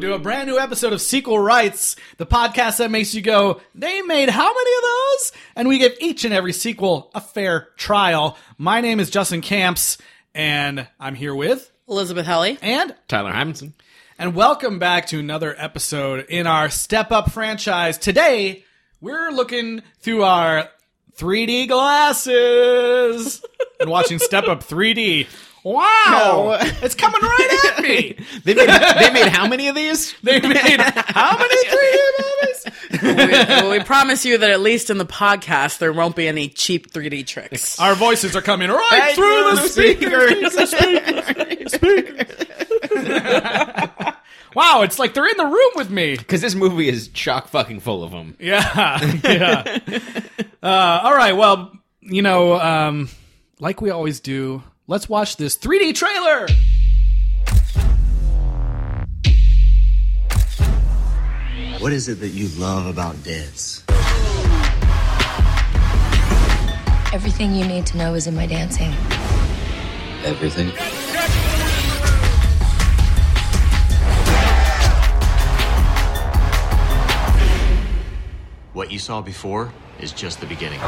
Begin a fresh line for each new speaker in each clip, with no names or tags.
to a brand new episode of Sequel Rights, the podcast that makes you go, they made how many of those? And we give each and every sequel a fair trial. My name is Justin Camps, and I'm here with
Elizabeth Helly.
and
Tyler Hymanson.
and welcome back to another episode in our Step Up franchise. Today, we're looking through our 3D glasses and watching Step Up 3D. Wow!
No.
It's coming right at me!
They made, they made how many of these?
They made how many 3D movies?
we, we promise you that at least in the podcast, there won't be any cheap 3D tricks.
Our voices are coming right,
Right
through,
through
the
the
speakers. wow, it's like they're in the room with me.
Because this movie is chock fucking full of them.
Yeah, yeah. Uh, all right, well, you know, um, like we always do, let's watch this 3D trailer.
What is it that you love about dance?
Everything you need to know is in my dancing.
Everything. What you saw before is just the beginning.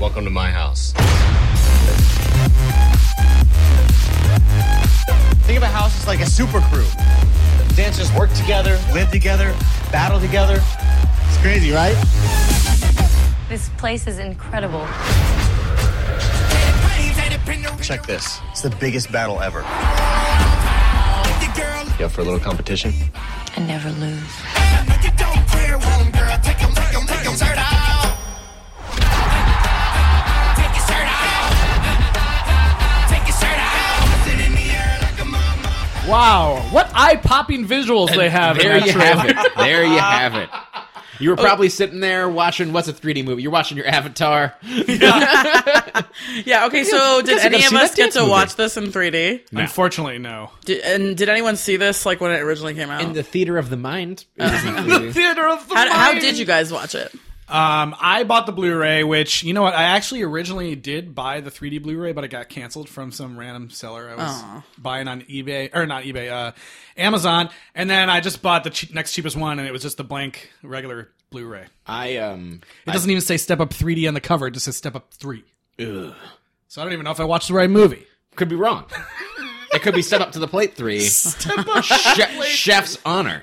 Welcome to my house.
Think of a house as like a super crew. Dancers work together, live together, battle together. It's crazy, right?
This place is incredible.
Check this. It's the biggest battle ever.
You up for a little competition?
I never lose.
Wow, what eye-popping visuals they have
there
in that
you
trailer.
have it. There you have it. You were probably sitting there watching what's a 3D movie. You're watching your Avatar.
yeah, okay, so did
guys are
any of us
gonna see that
get
dance
to
movie.
watch this in 3D?
Unfortunately, no.
Did, and did anyone see this like when it originally came out?
In the theater of the mind. it was not really-
Theater of the
how, how
Mind.
did you guys watch it?
Um, I bought the Blu-ray, which you know what? I actually originally did buy the 3D Blu-ray, but it got canceled from some random seller I was buying on eBay or not eBay, uh, Amazon. And then I just bought the che- next cheapest one, and it was just the blank regular Blu-ray.
I um.
It doesn't even say Step Up 3D on the cover; it just says Step Up Three. So I don't even know if I watched the right movie.
Could be wrong. It could be step up to the plate three.
Step Up.
Che- chef's honor.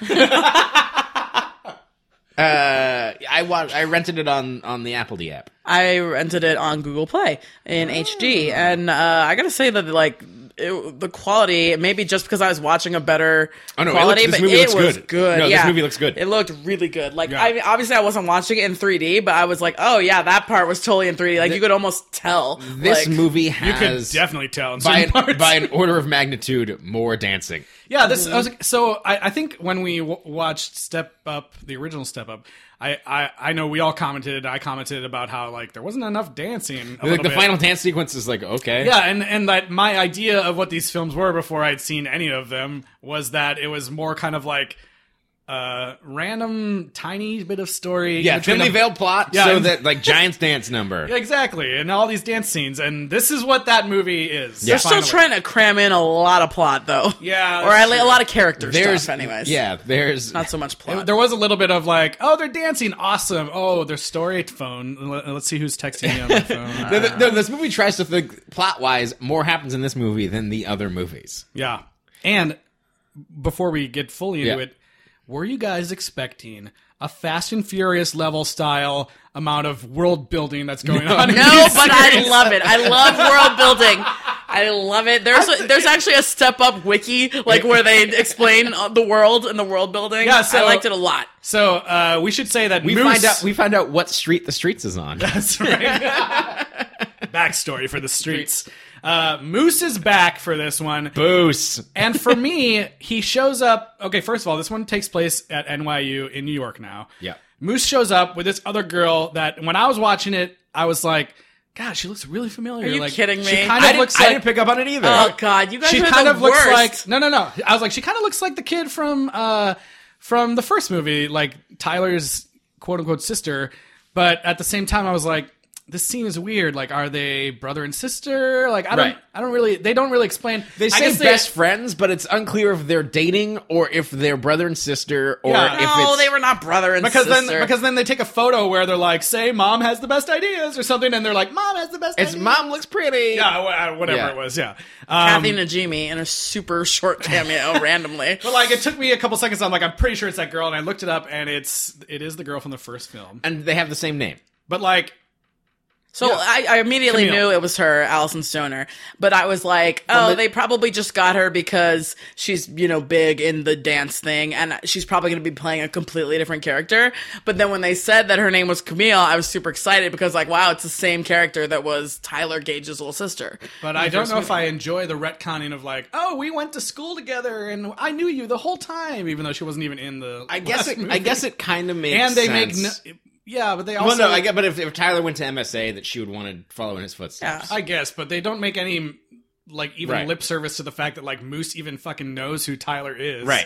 uh, I wa- I rented it on on the Apple D app.
I rented it on Google Play
Ah.
in HD, and uh, I gotta say that like it, the quality, maybe just because I was watching a better
Oh, no, it
quality,
looks- this
but
movie
it
looks
was
good.
good.
No, this
yeah.
movie looks good.
It looked really good. Like
Yeah.
I mean, obviously, I wasn't watching it in 3D, but I was like, oh yeah, that part was totally in 3D. Like you could almost tell.
This
like,
movie
You can
has
definitely tell. in
by
certain
an,
parts.
by an order of magnitude more dancing.
Yeah, this.
Mm-hmm.
I was, so I, I think when we w- watched Step Up, the original Step Up, I, I I know we all commented. I commented about how like there wasn't enough dancing. a
Like
little
the
bit.
final dance sequence is like okay.
Yeah, and and that my idea of what these films were before I'd seen any of them was that it was more kind of like uh random tiny bit of story.
Yeah,
between
thinly
a-
veiled plot,
Yeah,
so
and-
that like Giants dance number.
Exactly, and all these dance scenes, and this is what that movie is.
They're still
finally.
trying to cram in a lot of plot, though.
Yeah,
or
that's
at least a lot of character
There's
stuff, anyways.
Yeah, there's
not so much plot.
Uh, There was a little bit of like, oh, they're dancing, awesome. Oh, their story phone. Let- Let's see who's texting me on my phone.
no, th- no, this movie tries to think plot wise more happens in this movie than the other movies.
yeah. And before we get fully into
Yeah.
it, were you guys expecting a Fast and Furious level style amount of world building that's going on? in
No,
these
but I
series?
love it. I love world building. I love it. There's a, there's actually a step up wiki like where they explain uh, the world and the world building.
Yeah, so-
I liked it a lot.
So uh, we should say that
We
Moose-
find out we find out what street the streets is on.
That's right. Backstory for the streets. Uh, Moose is back for this one.
Boos.
and for me, he shows up. Okay, first of all, this one takes place at NYU in New York now.
Yeah.
Moose shows up with this other girl that when I was watching it, I was like, God, she looks really familiar.
Are you
like,
kidding
She
me?
kind
I
of
didn't,
looks
I
like. Uh,
didn't pick up on it either.
Oh god, you guys
she
are
kind
the
of
worst.
looks like. No, no, no. I was like, she kind of looks like the kid from uh from the first movie, like Tyler's quote unquote sister. But at the same time, I was like, this scene is weird. Like, are they brother and sister? Like, I don't,
Right.
I don't really. They don't really explain.
They
I
say
guess
best friends, but it's unclear if they're dating or if they're brother and sister or
Yeah.
if
No,
it's
they were not brother and
because
sister.
then because then they take a photo where they're like, say, mom has the best ideas or something, and they're like, mom has the best.
it's
ideas.
mom looks pretty.
Yeah, wha- uh, whatever
Yeah.
it was. Yeah. Uh,
Kathy
um,
Najimy in a super short cameo randomly.
But like, it took me a couple seconds. I'm like, I'm pretty sure it's that girl, and I looked it up, and it's it is the girl from the first film.
And they have the same name.
But like,
So I, I immediately
Camille.
knew it was her, Allison Stoner. But I was like, oh, they probably just got her because she's, you know, big in the dance thing and she's probably going to be playing a completely different character. But then when they said that her name was Camille, I was super excited because, like, wow, it's the same character that was Tyler Gage's little sister.
but I don't know if I enjoy the retconning of like, oh, we went to school together, and I knew you the whole time, even though she wasn't even in the.
I guess
last
it. I
movie.
guess it kind of makes
and they
sense.
make no, yeah, but they also
Well, no, I get, but if, if Tyler went to MSA, that she would want to follow in his footsteps.
I guess, but they don't make any like even
Right.
lip service to the fact that like Moose even fucking knows who Tyler is,
Right.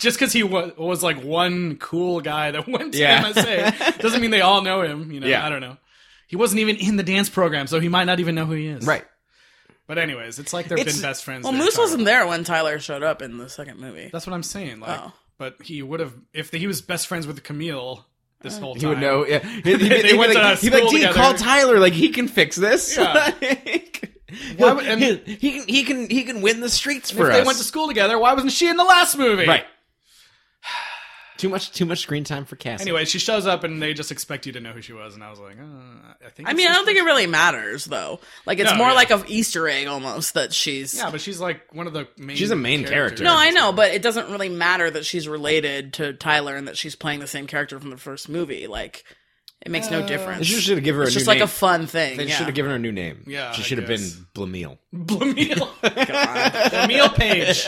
Just because he wa- was like one cool guy that went to
Yeah.
MSA doesn't mean they all know him. You know,
Yeah.
I don't know. He wasn't even in the dance program, so he might not even know who he is.
Right.
But anyways, it's like they've
It's-
been best friends.
Well,
their
Moose
entire
wasn't there when Tyler showed up in the second movie.
That's what I'm saying. Like,
Oh.
but he would have if he was best friends with Camille
Uh.
this whole time.
He would know. Yeah. He'd,
They
he'd
went
be
to
like, he'd be
school
like, "Gee, call
together."
Tyler. Like he can fix this.
Yeah. Why would- and-
he, he, he can he can win the streets
If
for us.
they went to school together, why wasn't she in the last movie?
right. too much too much screen time for Cassie.
Anyway, she shows up and they just expect you to know who she was, and I was like, uh, I think.
I
it's
mean, I
this
don't think it really matters, though. Like, it's
No,
more
yeah.
like an Easter egg almost that she's.
Yeah, but she's like one of the main.
She's a main character.
No, I know, but it doesn't really matter that she's related to Tyler and that she's playing the same character from the first movie. Like, it makes no
they
difference.
should have given her
It's
a
just
new
like a
name.
fun thing.
They
yeah.
should have given her a new name.
Yeah,
she
I
should have been
guess.
Blamil.
Blamil. Blamil Page.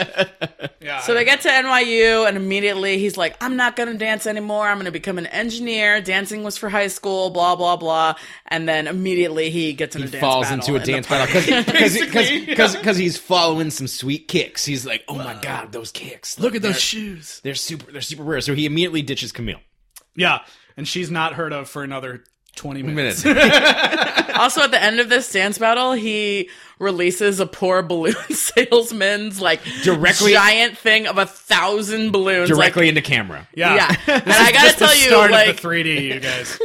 Yeah.
so they get to NYU, and immediately he's like, I'm not going to dance anymore. I'm going to become an engineer. Dancing was for high school, blah, blah, blah. And then immediately he gets in
He
a dance
falls
battle
into a
in the
dance
park.
battle because
Basically,
because he's following some sweet kicks. He's like, oh my god, those kicks!
look at those
They're-
shoes.
They're super. They're super rare. So he immediately ditches Camille.
Yeah, and she's not heard of for another twenty minutes.
Minutes. yeah,
Also, at the end of this dance battle, he releases a poor balloon salesman's like
Directly-
giant thing of a thousand balloons like,
directly into camera.
Yeah.
Yeah.
This
And I
is
gotta
just the
tell you,
start of
like-
the 3D, you guys.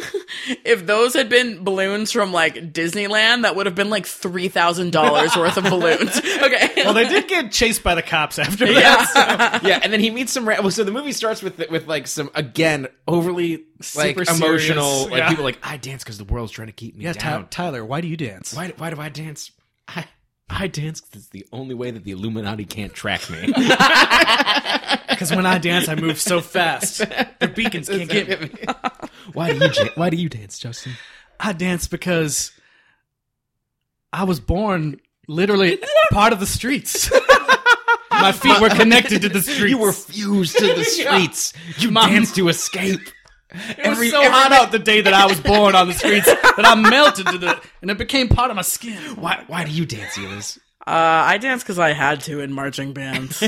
if those had been balloons from like Disneyland, that would have been like three thousand dollars worth of balloons. Okay.
Well, they did get chased by the cops after that.
yeah.
yeah, and then he meets some. Ra- well, so the movie starts with with like some again overly like
Super serious,
emotional like
yeah.
people like I dance because the world's trying to keep me
Yeah,
down.
Ty- Tyler, why do you dance?
why why do I dance? I I dance 'cause it's the only way that the Illuminati can't track me.
Because when I dance, I move so fast. The beacons can't get me.
why do you ja- why do you dance, Justin?
I dance because I was born literally part of the streets. My feet were connected to the streets.
You were fused to the streets. You
Mom.
dance to escape.
it was so hot out the day that I was born on the streets that I melted to the and it became part of my skin.
Why why do you dance, Elis?
Uh, I danced because I had to in marching bands.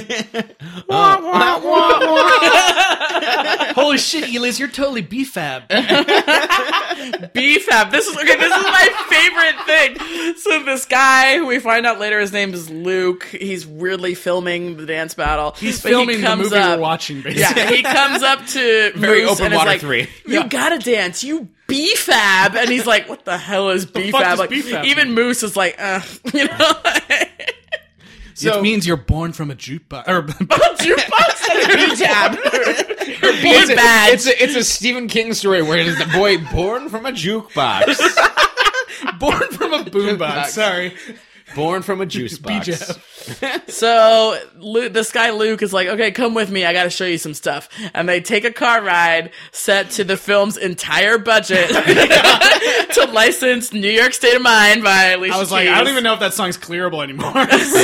Holy shit, Eliz, you're totally BFAB.
BFAB. This is okay. This is my favorite thing. So this guy, who we find out later, his name is Luke. He's weirdly filming the dance battle.
He's
But he
filming the
comes
movie
up-
we're watching, basically.
Yeah, he comes up to
Very
Moose
open
and is
water
like,
three.
You gotta dance, you BFAB, and he's like, "What the hell is
fuck
BFAB?"
does
Like,
BFAB
even Moose is like, uh, you know,
So-
it means you're born from a jukebox. Or,
jukebox and a BFAB. Being
it's a,
bad.
It's a, it's a Stephen King story where it is the boy born from a jukebox,
born from a boombox.
Jukebox.
Sorry.
born from a juice box.
BJ.
so Lu this guy Luke is like, "Okay, come with me. I gotta show you some stuff." And they take a car ride set to the film's entire budget to license "New York State of Mind" by Alicia.
I was like, I don't
Keys.
even know if that song's clearable anymore.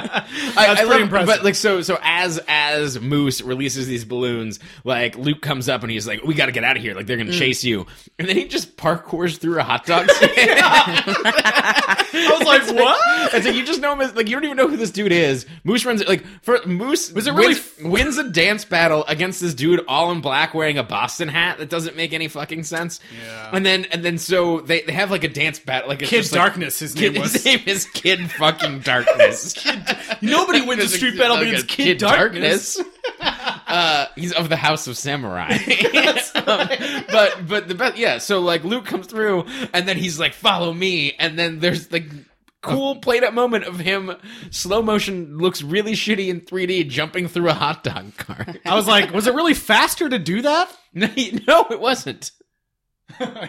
Yeah.
That's
I, I
pretty
love-
impressive.
But like so so as as Moose releases these balloons, like Luke comes up and he's like, We gotta get out of here, like they're gonna chase you. And then he just parkours through a hot dog stand.
I was like, what?
It's like you just know him as like you don't even know who this dude is. Moose runs like for Moose was
it really f-
wins a dance battle against this dude all in black wearing a Boston hat that doesn't make any fucking sense.
Yeah.
And then and then so they, they have like a dance battle like it's
Kid
just, like-
Darkness, his name
Kid,
was.
his name is Kid fucking Darkness.
Nobody wins a
There's
street battle
like
against
a
Kid, Darkness.
uh, he's of the House of Samurai. Um, but but the best, yeah. So like Luke comes through, and then he's like, "Follow me," and then there's like cool played up moment of him slow motion looks really shitty in 3D jumping through a hot dog cart.
I was like, was it really faster to do that?
no, it wasn't.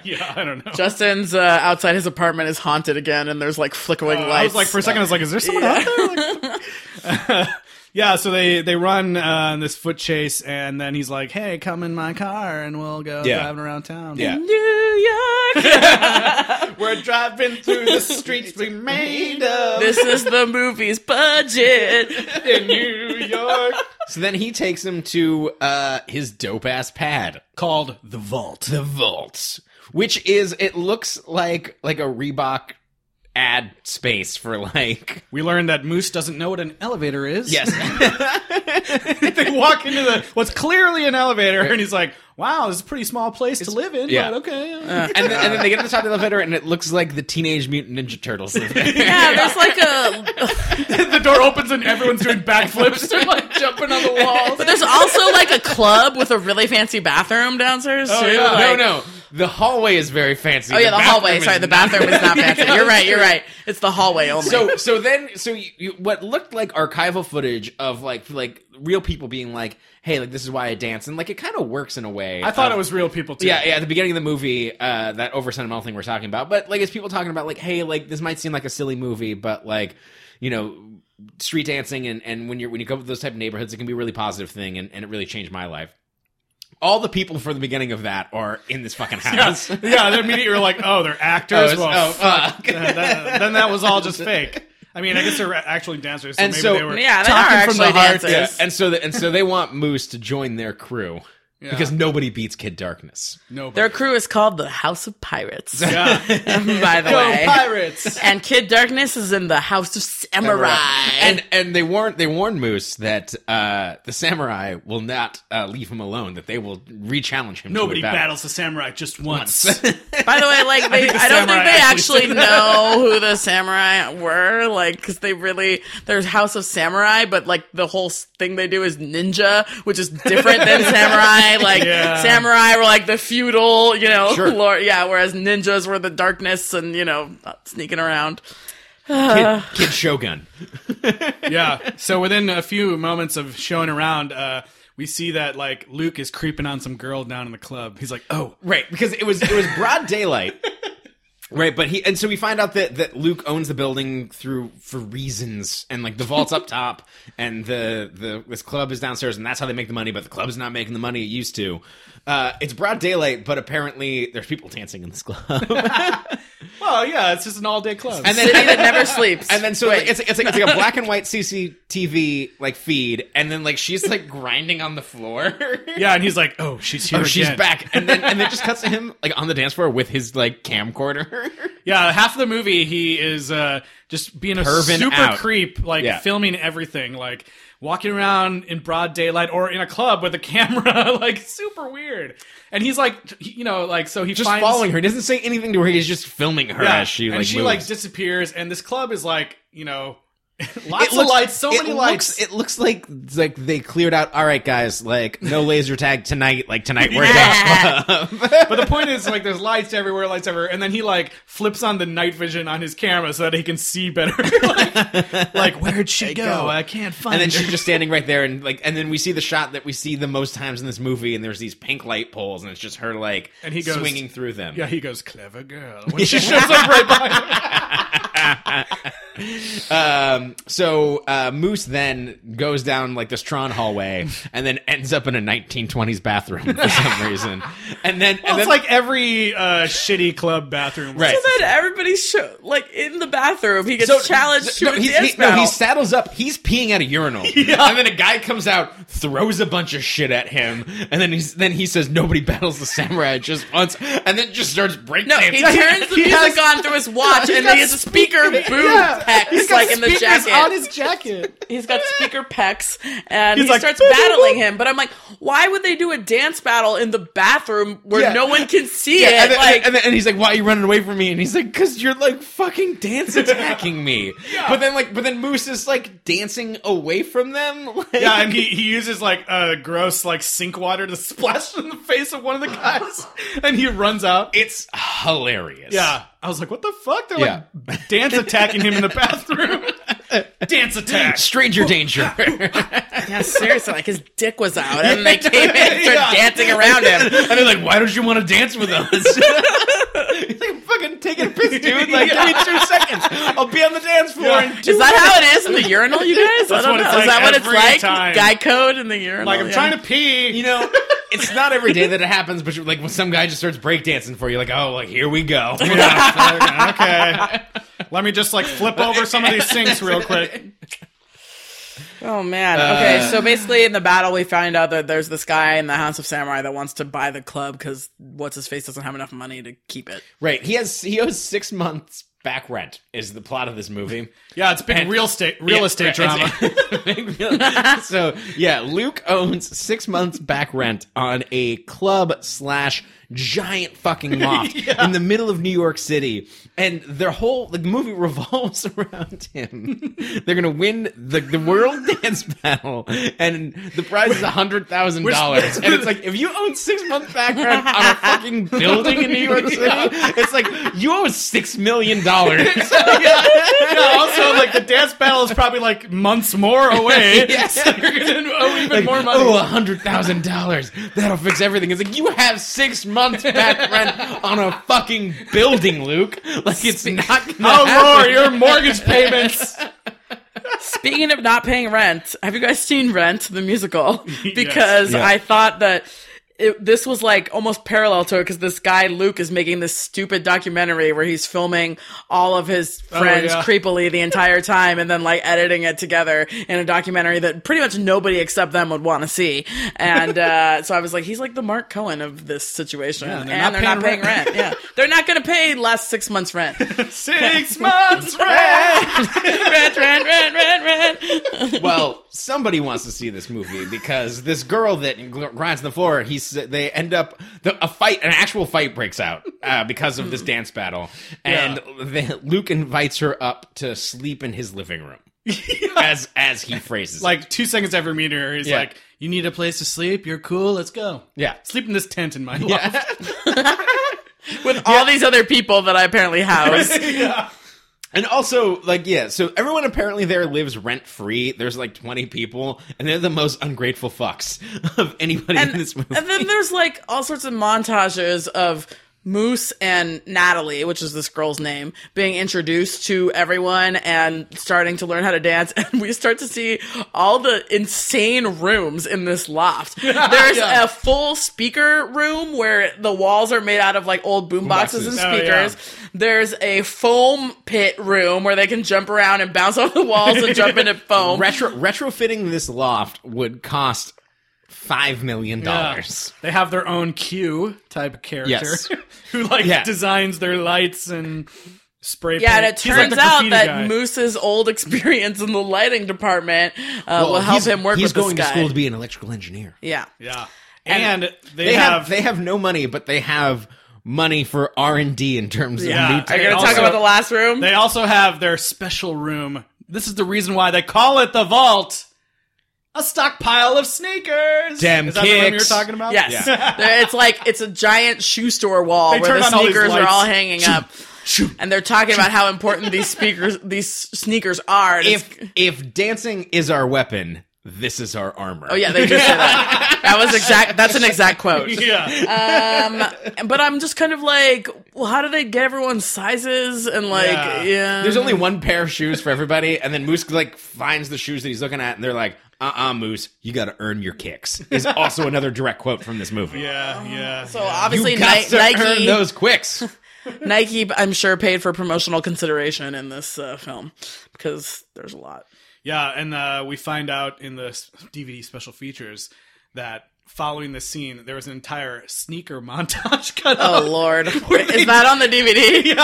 yeah, I don't know.
Justin's uh, outside his apartment is haunted again, and there's like flickering lights.
Uh, I was like, for a second, I was like, is there someone out there? Like- yeah, so they they run uh, on this foot chase, and then he's like, "Hey, come in my car, and we'll go
Yeah.
driving around town."
New York.
we're driving through the streets we made of
this is the movie's budget.
in New York. So then he takes him to uh, his dope ass pad.
called the Vault.
the vault which is it looks like like a reebok ad space for like
We learned that Moose doesn't know what an elevator is.
yes
they walk into the what's clearly an elevator, and he's like, "Wow, this is a pretty small place to live in."
yeah. Uh,
but okay.
and, then, and then they get to the top of the elevator and it looks like the teenage mutant ninja turtles live there.
Yeah, there's like a,
the door opens, and everyone's doing backflips.
They're like jumping on the walls
but there's also like a club with a really fancy bathroom downstairs too.
Oh, yeah.
like-
Oh, no no the hallway is very fancy
Oh yeah, the, hallway.
bathroom
Sorry,
is
the
not.
bathroom is not fancy. You're right. You're right. It's the hallway only.
so so then so you, you, what looked like archival footage of like like real people being like hey like this is why i dance and like it kind of works in a way
I thought
of-
it was real people too.
uh, Yeah, yeah. At the beginning of the movie, uh, that over sentimental thing we're talking about, but like it's people talking about like, hey, like this might seem like a silly movie, but like, you know, street dancing and and when you're when you go to those type of neighborhoods, it can be a really positive thing, and, and it really changed my life. All the people from the beginning of that are in this fucking
Yeah,
house.
yeah. Then immediately you're like, "Oh, they're
Oh,
actors."
it's-
well,
oh, fuck.
Yeah, that- then that was all just fake. I mean, I guess they're actually dancers, so
And
maybe
so-
they were
yeah, they
talking
are
from the
actually
heart.
dancers.
Yeah, And so the, and so they want Moose to join their crew
Yeah.
because nobody beats Kid Darkness.
no,
Their crew is called the House of Pirates.
yeah.
by the way.
pirates.
And Kid Darkness is in the House of Samurai.
And and they warn they warn Moose that uh, the samurai will not uh, leave him alone. That they will re-challenge him.
Nobody
to a battle.
battles the samurai just once.
by the way, like they,
think the
I, don't think
samurai
they
actually
actually know who the samurai were, like because they really there's House of Samurai, but like the whole s- thing they do is ninja, which is different than samurai. Like
Yeah.
samurai were like the feudal, you know,
Sure.
lord, yeah. Whereas ninjas were the darkness and you know uh, sneaking around.
Kid,
Uh.
Kid Shogun.
yeah. So within a few moments of showing around, uh, we see that like Luke is creeping on some girl down in the club. He's like, "Oh,
Right, because it was it was broad daylight. Right, but he and so we find out that that Luke owns the building through for reasons, and like the vault's up top, and the the this club is downstairs, and that's how they make the money. But the club's not making the money it used to. Uh, it's broad daylight, but apparently there's people dancing in this club.
well, yeah, it's just an all-day club."
And
City that never sleeps.
And then so
Wait.
like, it's it's like it's like a black and white CCTV like feed, and then like she's like grinding on the floor.
yeah, and he's like, "Oh, she's here.
Oh, she's
again."
back, and then and then just cuts to him like on the dance floor with his like camcorder.
Yeah, half of the movie he is uh, just being a
Perving
super
out.
creep, like
Yeah.
filming everything, like walking around in broad daylight or in a club with a camera, like super weird. And he's like, t- he- you know, like so he
just
finds,
following her. He doesn't say anything to her. He's just filming her
yeah,
as she like
and she
moves.
like disappears, and this club is like, you know, lots
It
of
looks-
lights, so
it
many
looks-
lights.
It looks like like they cleared out. All right, guys, like no laser tag tonight. Like tonight we're at the club.
but the point is, like, there's lights everywhere, lights everywhere, and then he like flips on the night vision on his camera so that he can see better. like, like, where'd she go?
go.
I can't find.
and then
her.
she's just standing right there and like and then we see the shot that we see the most times in this movie and there's these pink light poles and it's just her like
And he goes-
swinging through them
Yeah, he goes, clever girl. When she shows up right behind him.
um so uh moose then goes down like this tron hallway and then ends up in a 1920s bathroom for some reason and then and
Well,
then
it's like every uh, shitty club bathroom.
Right.
so then everybody's show, like in the bathroom. He gets
so-
challenged to
no,
a
he's-
dance
he, no,
battle.
he saddles up. He's peeing at a urinal, and then a guy comes out, throws a bunch of shit at him, and then he's then he says nobody battles the samurai just once, and then just starts breakdancing.
No, he turns the
He
music
has-
on through his watch,
He's
and
got
he has a speaker boom
Yeah.
pecs, like in the
Speakers
jacket.
on his jacket.
He's got speaker pecs, and he
like,
starts
"Boop, boop,
battling
boop."
him. But I'm like, why would they do a dance battle in the bathroom where
Yeah.
no one can see it?
and, then,
like,
and, then- and he's like, "Why are you running away from me?" And he's like, "Cause you're like fucking dance attacking me." But then like, but then Moose is like dancing away from them. Like,
Yeah, and he, he uses like uh, gross like sink water to splash in the face of one of the guys, and he runs out.
it's hilarious.
Yeah, I was like, what the fuck? They're like dance attacking him in the bathroom. dance attack.
stranger danger.
yeah, seriously, like his dick was out, and they came in and started dancing around him.
and they're like, "Why don't you want to dance with us?" He's like, "Fucking taking a piss, dude! Like, give me two seconds. I'll be on the dance floor."
Yeah.
And
Is that how it is in the urinal, you guys?
That's
I don't
what
know.
it's like
is that what it's
every
like?
time.
Guy code in the urinal.
Like I'm
yeah.
trying to pee.
you know, it's not every day that it happens, but you're like when some guy just starts breakdancing for you, like, "Oh, like here we go."
Ah, okay. Let me just like flip over some of these sinks real quick.
Oh man. Okay, so basically in the battle we find out that there's this guy in the House of Samurai that wants to buy the club cuz what's his face doesn't have enough money to keep it.
right? He has he owes six months back rent. Is the plot of this movie?
Yeah, it's big
And-
real estate real
Yeah,
estate drama.
right, it's- so yeah, Luke owns six months back rent on a club slash giant fucking loft in the middle of New York City, and their whole the movie revolves around him. They're gonna win the the world dance battle, and the prize is a hundred thousand dollars. And it's like if you own six months back rent on a fucking building in New York City, it's like you owe six million dollars.
yeah, also like the dance battle is probably like months more away. So you're gonna owe even
like,
more money.
Oh, a hundred thousand dollars. That'll fix everything. It's like you have six months back rent on a fucking building, Luke. Like it's not gonna
Oh
happen.
Lord, your mortgage payments.
Speaking of not paying rent, have you guys seen Rent the musical? Because
Yeah.
I thought that it, this was like almost parallel to it because this guy Luke is making this stupid documentary where he's filming all of his friends
Oh, yeah.
creepily the entire time and then like editing it together in a documentary that pretty much nobody except them would want to see. And uh, so I was like, he's like the Mark Cohen of this situation,
Yeah,
and
they're not
they're not,
paying
paying rent. yeah, they're not going to pay last six months rent.
Six months
rent, rent, rent, rent, rent.
well, somebody wants to see this movie because this girl that gl- grinds the floor, he's they end up the, a fight, an actual fight breaks out uh, because of
Hmm.
this dance battle, and the, Luke invites her up to sleep in his living room, as as he phrases, it.
like two seconds after meeting her, he's
Yeah.
like, "You need a place to sleep. You're cool. Let's go.
Yeah.
sleep in this tent in my loft."
Yeah.
with all these other people that I apparently house.
And also, like, yeah, so everyone apparently there lives rent free. There's like 20 people, and they're the most ungrateful fucks of anybody in
and,
this movie.
and then there's like all sorts of montages of Moose and Natalie, which is this girl's name, being introduced to everyone and starting to learn how to dance. And we start to see all the insane rooms in this loft. There's
Yeah.
a full speaker room where the walls are made out of like old boom boxes and
Boxes. Oh, yeah.
speakers. There's a foam pit room where they can jump around and bounce off the walls and jump into foam.
Retro- retrofitting this loft would cost $5 million.
Yeah. Uh, They have their own Q type of character
Yes.
who like
Yeah.
designs their lights and spray.
Yeah, and
paint.
it
He's like
turns
the
out
graffiti
that
guy.
Moose's old experience in the lighting department uh, will help
he's-
him work
He's
with
going
this guy.
to school to be an electrical engineer.
yeah.
Yeah, and, they,
They
have,
have, they have no money, but they have money for R and D in terms
Yeah.
of new
Are
tech.
you going to talk
also-
about the last room?
They also have their special room. This is the reason why they call it the vault. A stockpile of sneakers.
Damn
is that the room you're
kicks.
talking about?
yes. There- it's like it's a giant shoe store wall
They
where the
turned on all these
sneakers are
lights.
all hanging up. And they're talking about how important these speakers these sneakers are. and it's-
If if dancing is our weapon, this is our armor.
oh yeah, they do say that. That was exact that's an exact quote.
Yeah.
Um, But I'm just kind of like, well, how do they get everyone's sizes and like
Yeah.
yeah.
There's only
Um,
one pair of shoes for everybody, and then Moose like finds the shoes that he's looking at, and they're like, "Uh, uh Moose, you got to earn your kicks." Is also another direct quote from this movie.
yeah. Yeah.
so
you
obviously
got
Ni-
to
Nike
earn those quicks.
Nike, I'm sure, paid for promotional consideration in this uh, film because there's a lot.
Yeah, and uh, we find out in the s- DVD special features that following the scene, there was an entire sneaker montage cut
Oh
out
Lord,
they-
is that on the DVD?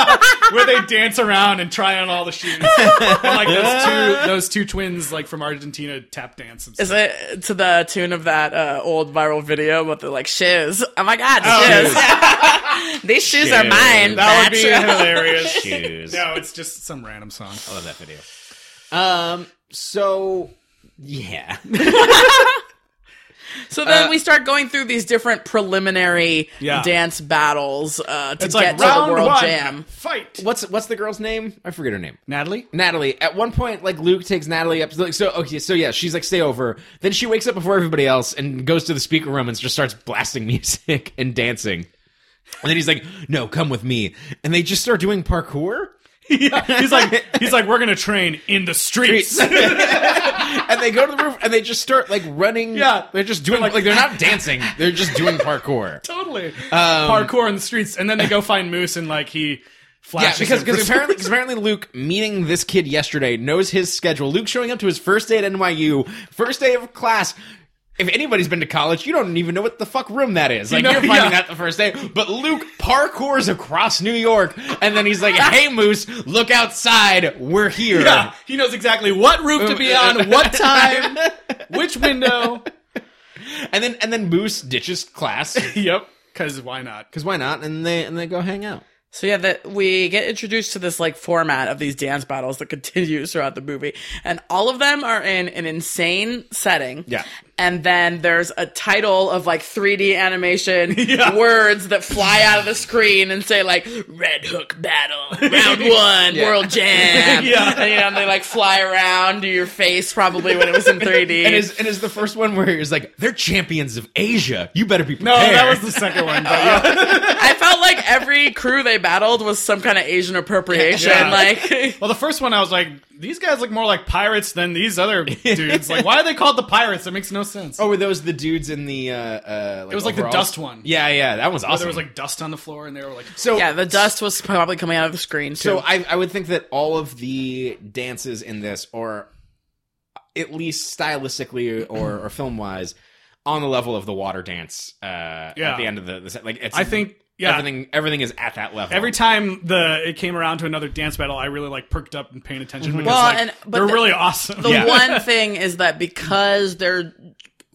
where they dance around and try on all the shoes. And, like those two, those two twins, like from Argentina, tap dance. And stuff.
Is it to the tune of that uh, old viral video with the like shoes? Oh my god, shoes! These shoes are
Shoes.
mine.
That would be
bitch.
hilarious.
Shoes.
No, it's just some random song.
I love that video. Um. So yeah.
so then we start going through these different preliminary
Uh, Yeah.
dance battles uh, to
It's like
get to the
round
world
one,
jam.
fight.
What's what's the girl's name? I forget her name.
Natalie?
Natalie. At one point, like Luke takes Natalie up. To, like, so okay, so yeah, she's like stay over. Then she wakes up before everybody else and goes to the speaker room and just starts blasting music and dancing. And then he's like, "No, come with me." And they just start doing parkour.
He's like, he's like, we're gonna train in the streets.
and they go to the roof and they just start like running.
Yeah.
they're just doing like, they're not dancing. They're just doing parkour.
totally parkour in the streets, and then they go find Moose, and like he
Yeah,
flashes.
because
him
because
for-
apparently, 'cause apparently Luke meeting this kid yesterday knows his schedule. Luke showing up to his first day at NYU, first day of class. If anybody's been to college, you don't even know what the fuck room that is. Like
know,
you're
yeah.
finding that the first day. But Luke parkours across New York, and then he's like, "Hey Moose, look outside. We're here."
yeah, he knows exactly what roof to be
Um,
on, what time, which window.
And then and then Moose ditches class
Yep, because why not?
because why not? And they and they go hang out.
So yeah, that we get introduced to this like format of these dance battles that continues throughout the movie, and all of them are in an insane setting.
Yeah.
And then there's a title of like 3D animation words that fly out of the screen and say like Red Hook Battle Round One World Jam.
Yeah.
And you know and they like fly around to your face probably when it was in 3D.
And is and is the first one where he's like, "They're champions of Asia. You better be
No,
prepared."
that was the second one. But yeah.
I felt like every crew they battled was some kind of Asian appropriation.
Yeah.
Like.
Well, the first one I was like, these guys look more like pirates than these other dudes. Like, why are they called the pirates? That makes no sense.
Oh, were those the dudes in the? Uh, uh, like
It was like the
overalls?
dust one.
Yeah, yeah, that one's awesome.
There was like dust on the floor, and they were like,
so
Yeah, the dust was probably coming out of the screen too.
So I I would think that all of the dances in this are at least stylistically or, or film wise on the level of the water dance. Uh,
Yeah.
at the end of the, the set. like it's
I think, yeah.
everything everything is at that level.
Every time the it came around to another dance battle, I really like perked up and paying attention
Mhm.
because
Well,
like,
and- but
they're
the-
really awesome.
the
yeah.
one thing is that because they're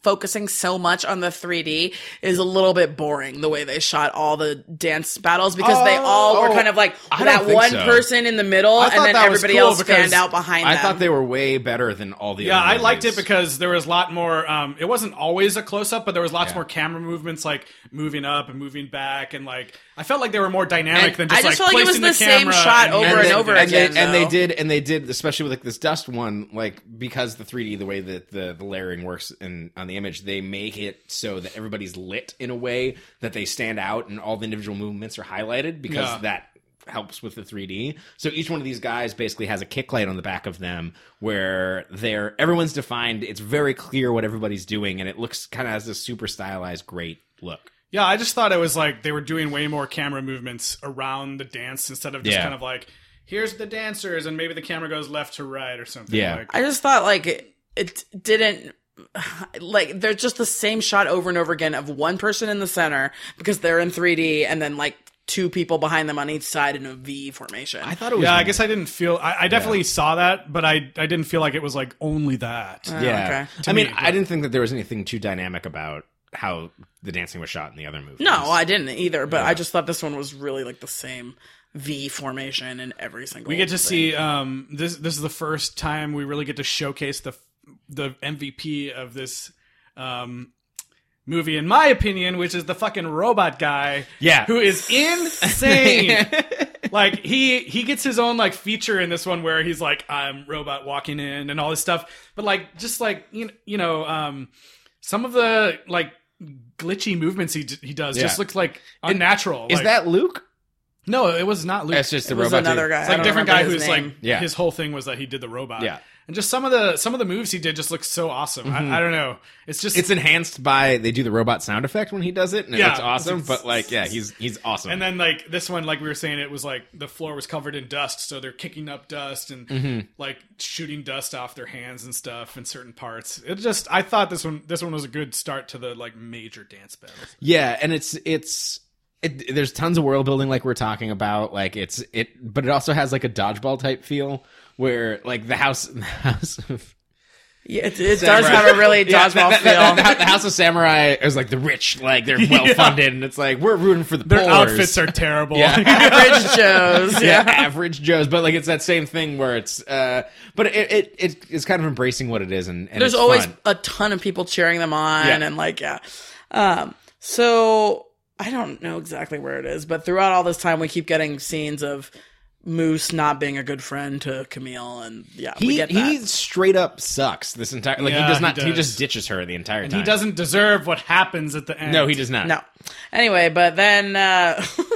focusing so much on the 3D is a little bit boring the way they shot all the dance battles because they all were
Oh,
kind of like
I don't
that
think
one
so.
person in the middle
I
and
thought
then
that was
everybody
cool
else
because
stand out behind
I
them.
thought they were way better than all the.
Yeah,
other
I liked it
movies.
because there was a lot more. Um, it wasn't always a close up, but there was lots
Yeah.
more camera movements, like moving up and moving back, and like I felt like they were more dynamic than
And
I
just
just
like
felt like it was
placing
the same
camera
shot
and-
over and
they-
over
they-
again,
and they
though.
did, and they did, especially with like this dust one, like because the 3D, the way that the, the layering works in on the image, they make it so that everybody's lit in a way that they stand out, and all the individual movements are highlighted because
Yeah.
that helps with the 3D. So each one of these guys basically has a kick light on the back of them where they're everyone's defined. It's very clear what everybody's doing, and it looks kind of has this super stylized, great look.
Yeah, I just thought it was like they were doing way more camera movements around the dance instead of just
Yeah.
kind of like here's the dancers and maybe the camera goes left to right or something.
Yeah.
like,
I just thought like it, it didn't like they're just the same shot over and over again of one person in the center because they're in 3D and then like two people behind them on each side in a V formation.
I thought it was
yeah. I guess I didn't feel. I, I definitely saw that, but I I didn't feel like it was like only that.
Yeah.
Oh, okay.
I mean,
me,
I didn't think that there was anything too dynamic about how the dancing was shot in the other movies.
No, I didn't either, but I just thought this one was really like the same V formation in every single.
we get to see um this this is the first time we really get to showcase the the MVP of this um movie in my opinion which is the fucking robot guy
Yeah.
who is insane like he he gets his own like feature in this one where he's like I'm robot walking in and all this stuff but like just like you know, you know um some of the like glitchy movements he d- he does
Yeah.
just looks like unnatural
Is
like-
that Luke?
no it was not Luke
just
It was another guy.
it's like
I
a
don't
different guy
remember his
who's
name.
like
Yeah.
his whole thing was that he did the robot.
Yeah. Mm-hmm.
and just some of the some of the moves he did just look so awesome. I, I don't know. It's just
It's enhanced by they do the robot sound effect when he does it, and it
Yeah.
looks awesome. But like, yeah, he's he's awesome.
And then like this one, like we were saying, it was like the floor was covered in dust, so they're kicking up dust and
Mm-hmm.
like shooting dust off their hands and stuff in certain parts. It just I thought this one this one was a good start to the like major dance battles.
Yeah, and it's it's it, there's tons of world building like we're talking about. Like it's it, but it also has like a dodgeball type feel where like the house the house of
Yeah, it, it does have a really dodgeball
Yeah, that- that-
feel.
that- the house of samurai is like the rich, like they're well funded, and it's like we're rooting for the
Their
poor.
outfits are terrible.
Yeah.
Average Joe's.
yeah,
Yeah.
average Joe's, but like it's that same thing where it's, uh, but it, it, it it's kind of embracing what it is, and, and
There's
it's
always
fun.
a ton of people cheering them on
Yeah.
and like yeah. Um so I don't know exactly where it is, but throughout all this time we keep getting scenes of Moose not being a good friend to Camille and yeah, we
he
get
he
that.
straight up sucks this entire like
Yeah,
he does
he
not he,
does.
just ditches her the entire
and
time.
he doesn't deserve what happens at the end.
No, he does not.
No. Anyway, but then uh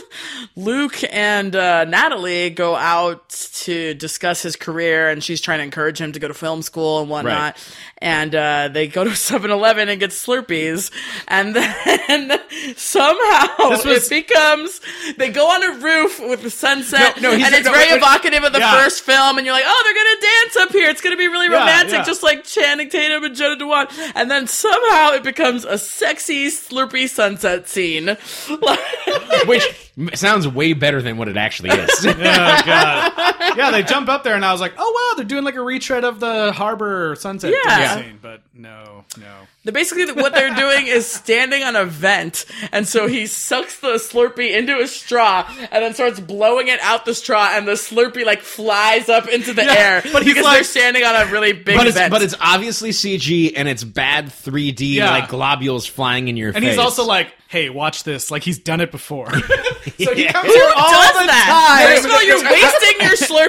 Luke and uh Natalie go out to discuss his career and she's trying to encourage him to go to film school and whatnot.
Right.
And uh they go to 7-Eleven and get Slurpees and then somehow
This was-
it becomes they go on a roof with the sunset
No, no, he's-
and it's
no,
very
wait, wait.
evocative of the
Yeah.
first film and you're like, "Oh, they're going to dance up here. It's going to be really
Yeah,
romantic."
yeah.
Just like Channing Tatum and Jenna Dewan. And then somehow it becomes a sexy, slurpy sunset scene. Like-
which m- sounds way better than what it actually is.
Oh god. Yeah, they jump up there and I was like, "Oh wow, they're doing like a retread of the harbor sunset
Yeah.
dance scene." But no, no.
the- basically, what they're doing is standing on a vent. And so he sucks the slurpy into a straw and then starts blowing it out the straw. And the slurpy, like, flies up into the air.
but he's
because
like-
they're standing on a really big
But it's,
vent.
but it's obviously CG and it's bad 3D
Yeah.
like globules flying in your
And
face.
he's also like, "Hey, watch this!" Like he's done it before. so he
Yeah.
comes
Who
here all
does
the
that?
time.
First of all, you're wasting your Slurpee.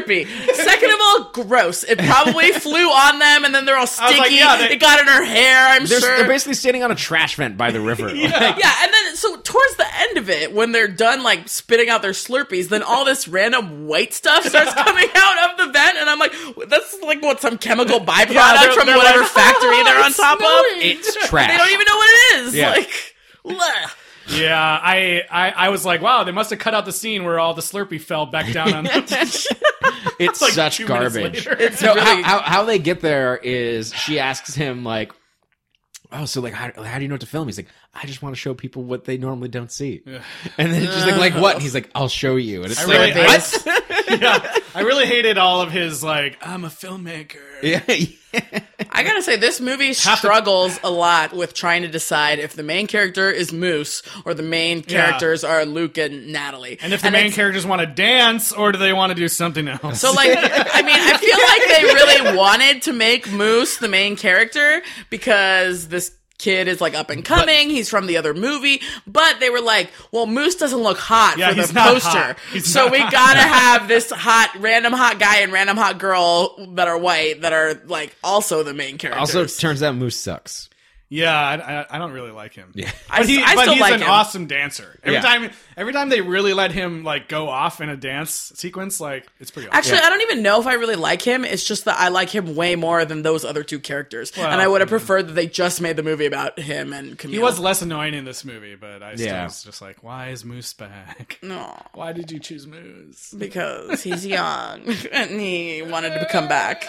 Second of all, gross. It probably flew on them, and then they're all
was
sticky.
like, yeah, they-
it got in her hair. I'm
they're,
sure.
they're basically standing on a trash vent by the river. Like,
yeah, and then so towards the end of it, when they're done like spitting out their Slurpees, then all this random white stuff starts coming out of the vent, and I'm like, that's like what some chemical byproduct
they're-
from
they're
whatever
like, "Oh,
factory they're on top of.
it's trash.
They don't even know what it is.
Yeah.
Like, bleh.
Yeah, I, I I was like, wow, they must have cut out the scene where all the Slurpee fell back down on them.
it's
like
such
two minutes
garbage.
later.
It's
No,
really-
how, how, how they get there is she asks him like, "Oh, so like, how, how do you know what to film?" He's like, "I just want to show people what they normally don't see." And then it's just like, "Like what?" And he's like, "I'll show you." And it's like,
really- I-
what?
yeah, I really hated all of his like,
Oh,
I'm a filmmaker.
yeah,
I gotta say, this movie struggles a lot with trying to decide if the main character is Moose or the main
Yeah.
characters are Luke and Natalie.
And if the main
it's-
characters want to dance or do they want to do something else?
So like, I mean, I feel like they really wanted to make Moose the main character because this kid is like up and coming. he's from the other movie, but they were like, well, Moose doesn't look hot
Yeah,
for the
he's not
poster.
hot. He's
so
not
we
hot.
gotta have this hot, random hot guy and random hot girl that are white that are like also the main characters.
Also, turns out Moose sucks.
yeah, I, I, I don't really like him. Yeah.
I
But, he,
s- I
but
still
he's
like
an
him.
awesome dancer. Every
Yeah.
time, every time they really let him like go off in a dance sequence, like it's pretty. Awesome.
Actually, I don't even know if I really like him. It's just that I like him way more than those other two characters, and I would have preferred that they just made the movie about him and Camille.
mm-hmm. he was less annoying in this movie, but I still
Yeah.
was just like, why is Moose back?
no
Why did you choose Moose?
because he's young and he wanted to come back.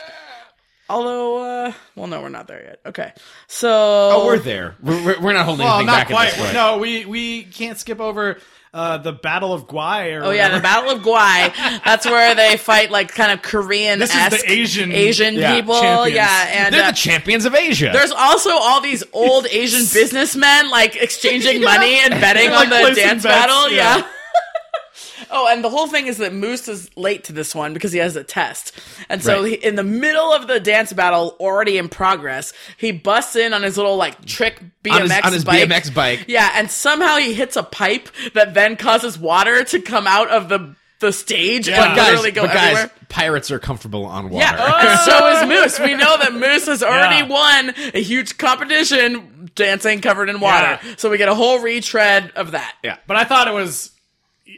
Although, uh, well, no, we're not there yet. Okay, so
Oh, we're there. We're, we're, we're not holding
Well,
anything
not
back
quite.
at this point.
No, we we can't skip over uh, the Battle of Guai. Or
Oh yeah, the Battle of Guai. That's where they fight like kind of Korean.
This is the Asian-
Asian
yeah,
people.
champions.
Yeah, and
They're
uh,
the champions of Asia.
There's also all these old Asian businessmen like exchanging money and betting
Like
on the
placing
dance
bets,
battle.
yeah.
Yeah. oh, and the whole thing is that Moose is late to this one because he has a test. And so
Right.
he, in the middle of the dance battle, already in progress, he busts in on his little like trick BMX
on his, on his
bike.
BMX bike.
Yeah, and somehow he hits a pipe that then causes water to come out of the the stage
Yeah.
and
But guys,
literally go
but guys,
everywhere.
pirates are comfortable on water.
Yeah, Oh. and so is Moose. We know that Moose has already
Yeah.
won a huge competition dancing covered in water.
Yeah.
So we get a whole retread of that.
Yeah.
But I thought it was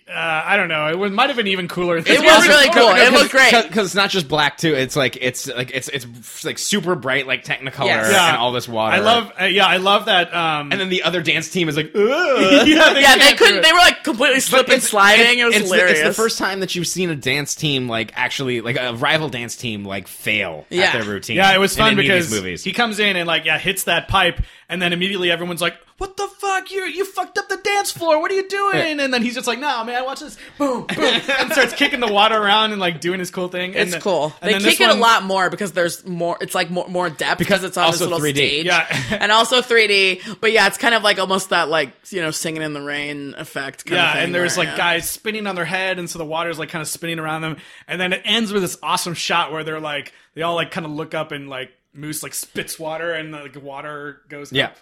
uh, I don't know. It was- might have been even cooler. It
was really cool. It looked great.
because it's not just black too. It's like it's like it's it's like super bright, like Technicolor,
Yes.
Yeah.
and all this water.
I love. Uh, yeah, I love that. Um,
And then the other dance team is like, Ugh.
yeah, they,
Yeah, they
can't do
couldn't.
it.
They were like completely slipping,
it's-
sliding. It was
it's
hilarious.
The, it's the first time that you've seen a dance team like actually like a rival dance team like fail
Yeah.
at their routine.
Yeah, it was
in
fun
any of these
because
movies.
he comes in and like yeah hits that pipe, and then immediately everyone's like, "What the fuck? You you fucked up the dance floor. What are you doing?" And then he's just like, "No, man, watch this. Boom, boom," and starts kicking the water around and like doing his cool thing. And
It's
the-
cool.
and
They
then this
kick it a
one-
lot more because there's more. It's like more, more depth because it's on
also
this little
3D.
stage,
Yeah.
and also 3D. But yeah, it's kind of like almost that like you know singing in the rain effect. Kind
Yeah,
of thing
and there's
where,
like
yeah.
guys spinning on their head, and so the water's like kind of spinning around them, and then it ends with this awesome shot where they're like they all like kind of look up and like Moose like spits water, and like water goes
Yeah.
up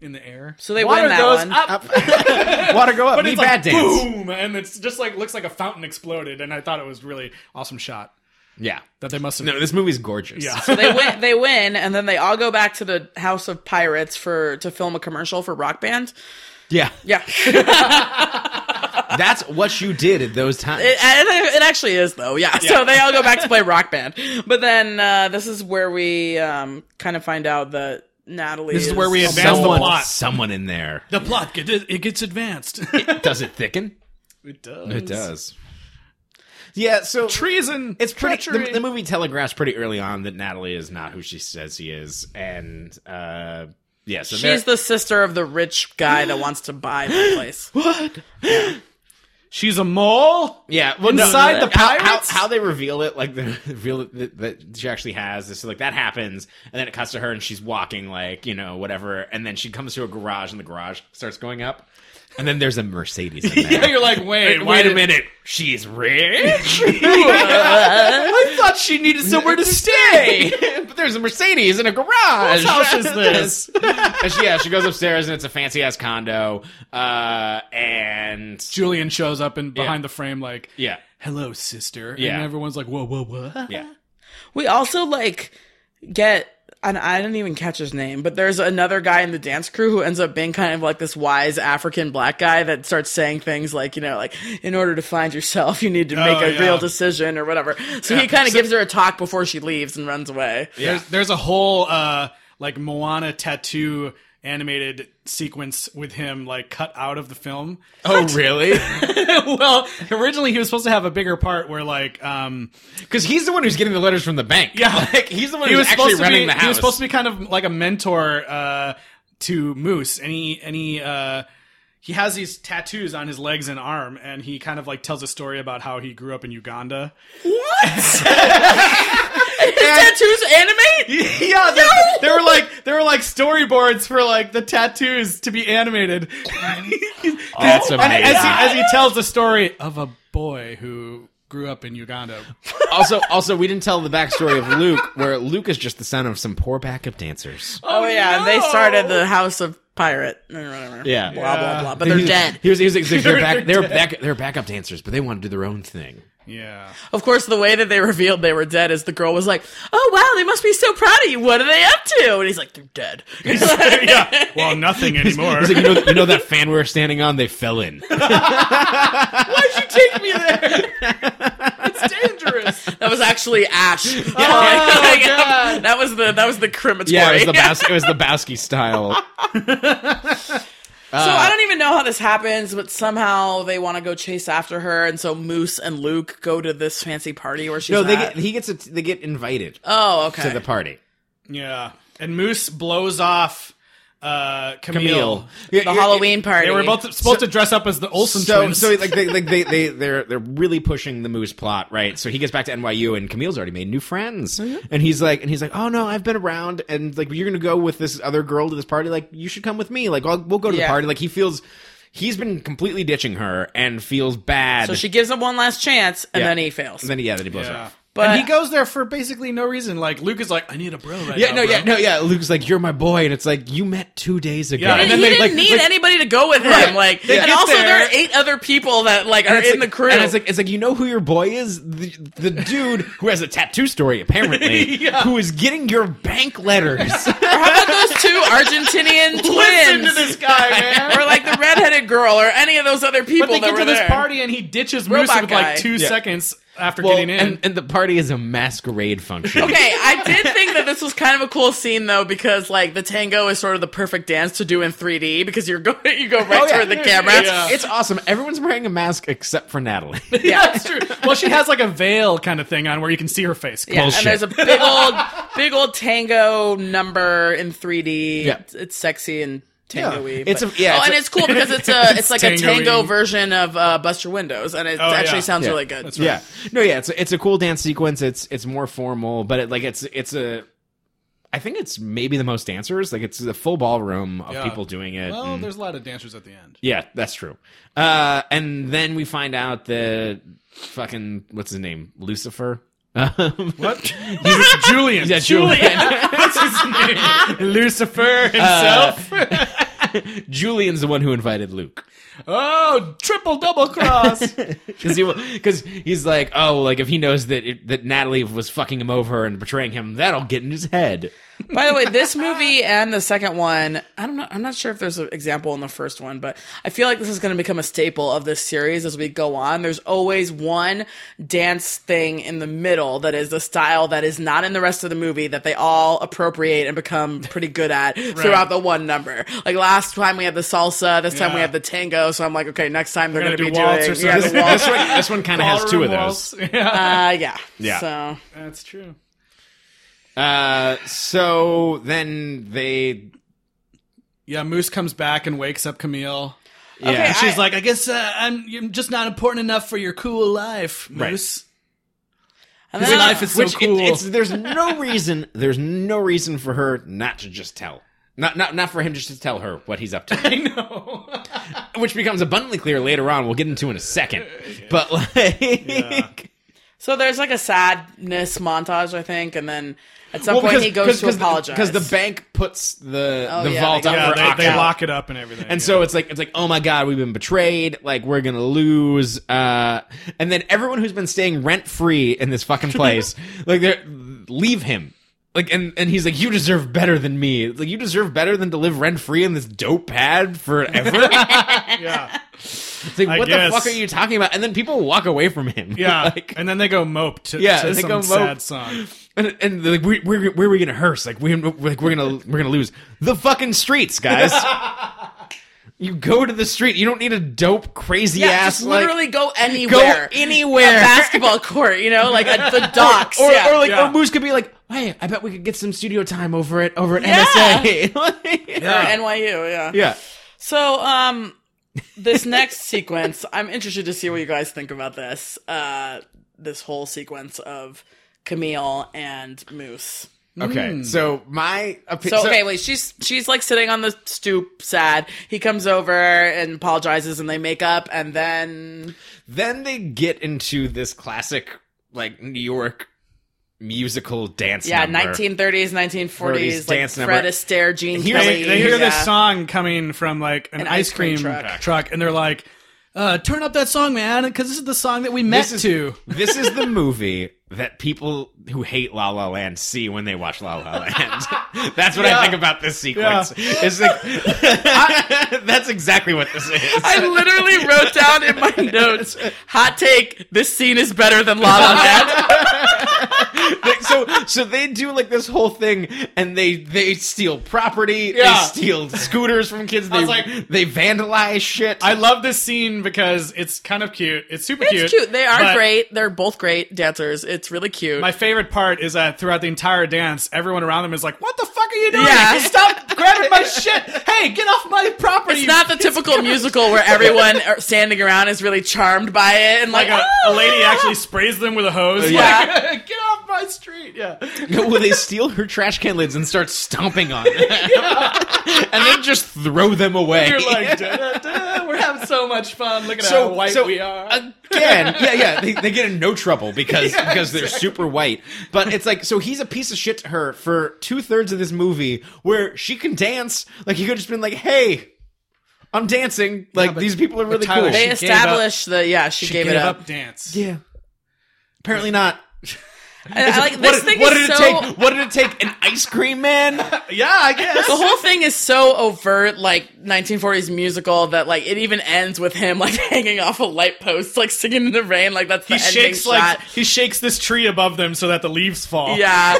in the air.
So they
water
win that
goes
one.
up.
Water go up,
but
me
it's
bad
like
dance.
boom, and it's just like looks like a fountain exploded, and I thought it was really awesome shot
Yeah,
that they must have.
no, this movie's gorgeous.
yeah,
they win. They win, and then they all go back to the House of Pirates for to film a commercial for Rock Band.
yeah,
Yeah, it,
that's what you did at those times.
it, it actually is though. Yeah. so they all go back to play Rock Band, but then uh, this is where we um, kind of find out that Natalie.
This is where we advance the
someone,
plot.
someone in there.
the plot get, it gets advanced.
Does it thicken?
it does.
It does. Yeah, so
Treason.
it's pretty.
treachery.
The, the movie telegraphs pretty early on that Natalie is not who she says she is, and uh, yeah, so
She's
they're-
the sister of the rich guy that wants to buy the place.
She's a mole.
yeah well, no,
inside
no, no.
the
How- how,
pirates?
how, they reveal it, like the reveal it that, that she actually has this, like that happens, and then it cuts to her and she's walking, like you know whatever, and then she comes to a garage and the garage starts going up, and then there's a Mercedes. In there.
Yeah, you're like, wait,
Wait,
why
wait a
did-
minute. She's rich.
I thought she needed somewhere to stay.
but there's a Mercedes in a garage.
Whose house is this?
And she, yeah, she goes upstairs and it's a fancy ass condo. Uh, and
Julian shows up and behind
Yeah.
the frame, like,
yeah,
hello, sister.
Yeah.
And everyone's like, whoa, whoa, whoa.
yeah,
We also like get and I didn't even catch his name, but there's another guy in the dance crew who ends up being kind of like this wise African black guy that starts saying things like, you know, like in order to find yourself, you need to make
Oh,
a
yeah.
real decision or whatever. So he kind of gives her a talk before she leaves and runs away.
There's, there's a whole uh, like Moana tattoo animated sequence with him like cut out of the film.
Oh, really?
well, originally he was supposed to have a bigger part where like um
Because he's the one who's getting the letters from the bank.
Yeah.
like he's the one who's actually
supposed to
running
be,
the house.
He was supposed to be kind of like a mentor uh to Moose. And he and he uh he has these tattoos on his legs and arm and he kind of like tells a story about how he grew up in Uganda.
Tattoos animate?
yeah, they, they were like they were like storyboards for like the tattoos to be animated.
That's
And as
amazing.
he, as he tells the story of a boy who grew up in Uganda.
also, also, we didn't tell the backstory of Luke, where Luke is just the son of some poor backup dancers.
Oh, yeah. They started the House of Pirate or whatever.
Yeah.
Blah, blah, blah. But they're dead.
He was, he was, he was- they're back, they're back, they're backup dancers, but they want to do their own thing.
Yeah.
Of course, the way that they revealed they were dead is the girl was like, "Oh wow, they must be so proud of you. What are they up to?" And he's like, "They're dead."
yeah. Well, nothing anymore.
He's like, you know, you know that fan we were standing on? They fell in.
Take me there. It's dangerous. Oh,
That was actually Ash.
God.
That was the that was the crematory.
Yeah, it was the Bas- it was the Bowski style. Uh,
so I don't even know how this happens, but somehow they want to go chase after her, and so Moose and Luke go to this fancy party where she's
No, they
at.
get, he gets a, they get invited
oh, okay.
to the party.
Yeah. And Moose blows off uh, Camille.
Camille, Yeah,
The
yeah,
Halloween party.
They were both supposed to dress up as the Olsen
So,
twins.
so like they, like they, they, they're, they're really pushing the Moose plot, right? So he gets back to NYU, and Camille's already made new friends, and he's like, and he's like, oh no, I've been around, and like you're gonna go with this other girl to this party, like you should come with me, like I'll, we'll go to
Yeah.
the party. Like he feels, he's been completely ditching her, and feels bad.
So she gives him one last chance, and
Yeah.
then he fails.
And then yeah, then he blows her
yeah.
off.
But-
and he goes there for basically no reason. Like Luke is like, I need a bro right
Yeah,
now.
no,
bro.
yeah, no, yeah. Luke's like, "You're my boy," and it's like, "You met two days ago."
Yeah,
And
And then
he
they,
didn't
like-
need
like-
anybody to go with him. Like,
They
and
get
also there.
there-
are eight other people that like are
And it's
in
like-
the crew.
and it's like, it's like, you know who your boy is? The, the dude who has a tattoo story, apparently, who is getting your bank letters.
Or how about those two Argentinian twins?
Listen to this guy, man.
Or like the redheaded girl or any of those other people
But they
that
get
were
to this
there.
party and he ditches
Robot
Musa with
guy.
like two
Yeah.
seconds after
Well,
getting in.
and, and the party is a masquerade function.
Okay, I did think that this was kind of a cool scene though, because like the tango is sort of the perfect dance to do in 3D because you're go you go right
Oh, yeah.
toward the camera.
Yeah.
It's awesome. Everyone's wearing a mask except for Natalie.
yeah, that's true. Well, she has like a veil kind of thing on where you can see her face.
Yeah, and there's a big old, big old tango number in 3D.
Yeah.
It's, it's sexy and tango-y.
Yeah. It's
but-
a- yeah,
oh,
it's
and
a-
it's cool because it's a, it's, like a
tango-y.
tango version of uh, Buster Windows, and it
Oh,
actually
yeah.
sounds
Yeah.
really good.
That's
Yeah. No, yeah, it's a, it's a cool dance sequence. It's it's more formal, but it, like it's it's a I think it's maybe the most dancers. Like it's a full ballroom of
Yeah.
people doing it.
Well,
and-
there's a lot of dancers at the end.
yeah, that's true. Uh, and then we find out that fucking what's his name, Lucifer. Um,
What? Julian.
Yeah, Julian. Uh,
What's his name? Lucifer himself.
Julian's the one who invited Luke
oh, triple double cross.
because he because he's like, oh, like if he knows that it, that Natalie was fucking him over and betraying him, that'll get in his head.
By the way, this movie and the second one, I don't know, I'm not sure if there's an example in the first one, but I feel like this is going to become a staple of this series as we go on. There's always one dance thing in the middle that is the style that is not in the rest of the movie that they all appropriate and become pretty good at throughout the one number. Like last time we had the salsa, this time we
Yeah.
have the tango, so I'm like, okay, next time they're
gonna
going to be
do waltz
doing
or
yeah, the
something.
waltz.
This one, this one kind of has two of
Ballroom
those.
waltz. Yeah.
Uh, yeah.
Yeah.
So
That's true.
Uh, so then they,
Yeah, Moose comes back and wakes up Camille.
yeah,
Okay,
She's
I-
like, I guess uh, I'm you're just not important enough for your cool life,
Right.
Moose.
and
His
then-
life is so
which it-
cool.
it's there's no reason there's no reason for her not to just tell. Not, not, not for him just to tell her what he's up to,
I know.
which becomes abundantly clear later on. We'll get into in a second, but like,
So there's like a sadness montage, I think, and then at some
Well,
point
because-
he goes to apologize
because the, bank puts the
Oh,
the
yeah,
vault
they
up
got-
yeah,
for
they, they
auction.
lock it up and everything.
And
yeah.
so it's like it's like oh my god we've been betrayed like we're gonna lose uh and then everyone who's been staying rent free in this fucking place like they leave him like and and he's like you deserve better than me like you deserve better than to live rent free in this dope pad forever
yeah,
it's like
I
what
guess.
the fuck are you talking about and then people walk away from him
yeah.
like
and then they go mope to,
Yeah,
to
they
some
go mope.
sad song.
and, and like we, we, where are we gonna hearse like we like we're gonna we're gonna lose the fucking streets guys. You go to the street. You don't need a dope, crazy
yeah,
ass.
just
like-
literally go anywhere,
anywhere.
a basketball court, you know, like at the docks,
or,
yeah.
or like,
Yeah.
or Moose could be like, "Hey, I bet we could get some studio time over at over at
Yeah.
NSA."
Or NYU, yeah.
yeah,
So, um, this next sequence, I'm interested to see what you guys think about this. Uh, this whole sequence of Camille and Moose.
Okay, so my opinion.
Hmm. So, okay, wait. She's she's like sitting on the stoop, sad. He comes over and apologizes, and they make up, and then
then they get into this classic like New York musical dance.
Yeah,
number.
1930s, 1940s,
40s,
like
dance
Fred
number.
Astaire, Gene
Here's-
They,
Kelly.
they hear
yeah.
this song coming from like an, ice cream, truck. and they're like, uh, "Turn up that song, man, because this is the song that we met
This is
to."
this is the movie that people who hate La La Land see when they watch La La Land. that's what I think about this sequence. It's like that's exactly what this is.
I literally wrote down in my notes, hot take, this scene is better than La La Land.
Like, so so they do like this whole thing and they they steal property
Yeah.
they steal scooters from kids they
was like-
they vandalize shit
I love this scene because it's kind of cute. It's super cute.
It's cute. They are
but
great. They're both great dancers. It's really cute.
My favorite part is that throughout the entire dance, everyone around them is like, "What the fuck are you doing?
Yeah.
Stop grabbing my shit! Hey, get off my property!"
it's not the typical musical where everyone are standing around is really charmed by it and like, "Oh,
like a, a lady actually sprays them with a hose.
Yeah.
Like, get off my street! Yeah,
well they steal her trash can lids and start stomping on them and then just throw them away
you're like, "Da, da, da, we're having so much fun. Look at how white we are.
Again, yeah, yeah, they, they get in no trouble because because they're super white. But it's like so he's a piece of shit to her for two thirds of this movie where she can dance. Like he could have just been like, "Hey, I'm dancing. Like
but-
these people are
but
really
Tyler,
cool."
she
they
gave
establish the, yeah, she, gave
Get
it up.
dance.
yeah, apparently not.
And I, like this
what,
thing
what
is
did
so
it take? What did it take? An ice cream man?
Yeah, I guess.
the whole thing is so overt, like 1940s musical that like it even ends with him like hanging off a light post, like singing in the rain, like that's the
He
ending
shakes
shot.
like he shakes this tree above them so that the leaves fall.
Yeah.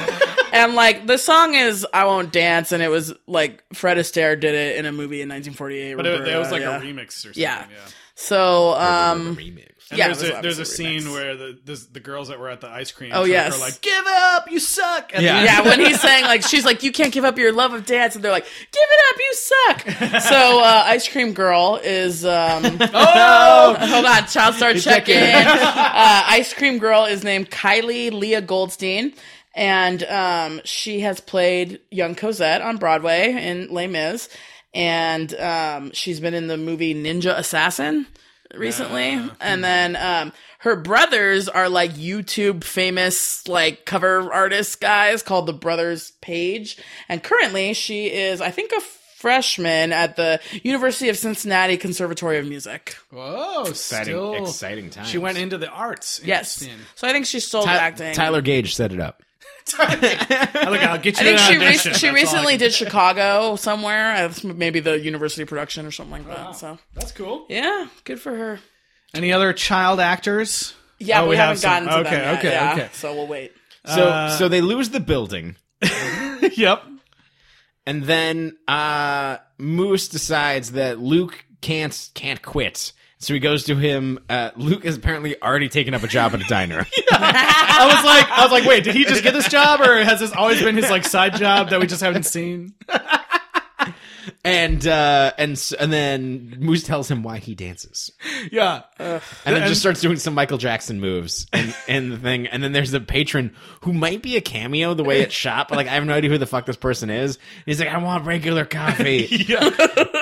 and like the song is I Won't Dance and it was like Fred Astaire did it in a movie in 1948.
but it, it was
Roberta,
like
yeah.
a remix or something.
Yeah.
Yeah.
So um
Remix.
And
yeah,
there's
it was
a, there's a
obviously
scene
remix.
where the this, the girls that were at the ice cream
Oh,
truck
yes.
are like, "Give up, you suck." At the
Yeah.
end.
yeah, when he's saying like she's like you can't give up your love of dance, and they're like give it up, you suck. So uh, ice cream girl is um, oh hold on, child star check in. Uh, ice cream girl is named Kylie Leah Goldstein, and um, she has played young Cosette on Broadway in Les Mis, and um, she's been in the movie Ninja Assassin recently. And then um, her brothers are like YouTube famous like cover artist guys called the Brothers Page. And currently she is, I think, a freshman at the University of Cincinnati Conservatory of Music.
Oh, Whoa,
Exciting,
still
exciting times.
She went into the arts.
Yes.
Interesting.
So I think she's still acting.
Tyler Gage set it up.
I look, I'll get
I
you
think
an
she
audition.
rec- she
That's all I
recently
can-
did Chicago somewhere, uh, maybe the university production or something like that. So
That's cool.
yeah, good for her.
Any other child actors?
Yeah,
Oh,
we,
we have
haven't gotten
some.
to
Okay,
them yet.
okay,
yeah,
okay.
So we'll wait.
So
Uh,
so they lose the building,
yep.
and then uh, Moose decides that Luke can't can't quit. So he goes to him. Uh, Luke has apparently already taken up a job at a diner.
I was like, I was like, wait, did he just get this job, or has this always been his like side job that we just haven't seen?
and uh, and s- and then Moose tells him why he dances,
Yeah.
and then just starts doing some Michael Jackson moves and and the thing. And then there's a patron who might be a cameo the way it's shot, but like I have no idea who the fuck this person is. He's like, I want regular coffee,
yeah.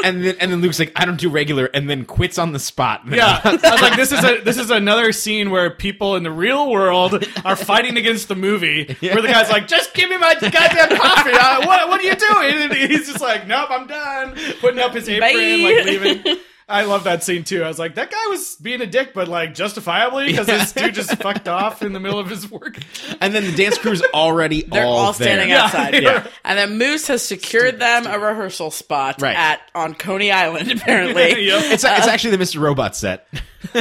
and then and then Luke's like, I don't do regular, and then quits on the spot.
Yeah, I was like, this is a this is another scene where people in the real world are fighting against the movie. Where the guy's like, "Just give me my goddamn coffee! Uh, what what are you doing?" And he's just like, "Nope, I'm done." Putting up his apron,
Bye.
like leaving. I love that scene too. I was like, that guy was being a dick, but like justifiably because this dude just fucked off in the middle of his work.
and then the dance crew's already
They're all,
all there.
standing outside.
Yeah.
And then Moose has secured them a rehearsal spot
Right.
at on Coney Island, apparently.
Yep.
It's,
Uh,
it's actually the Mr. Robot set.
So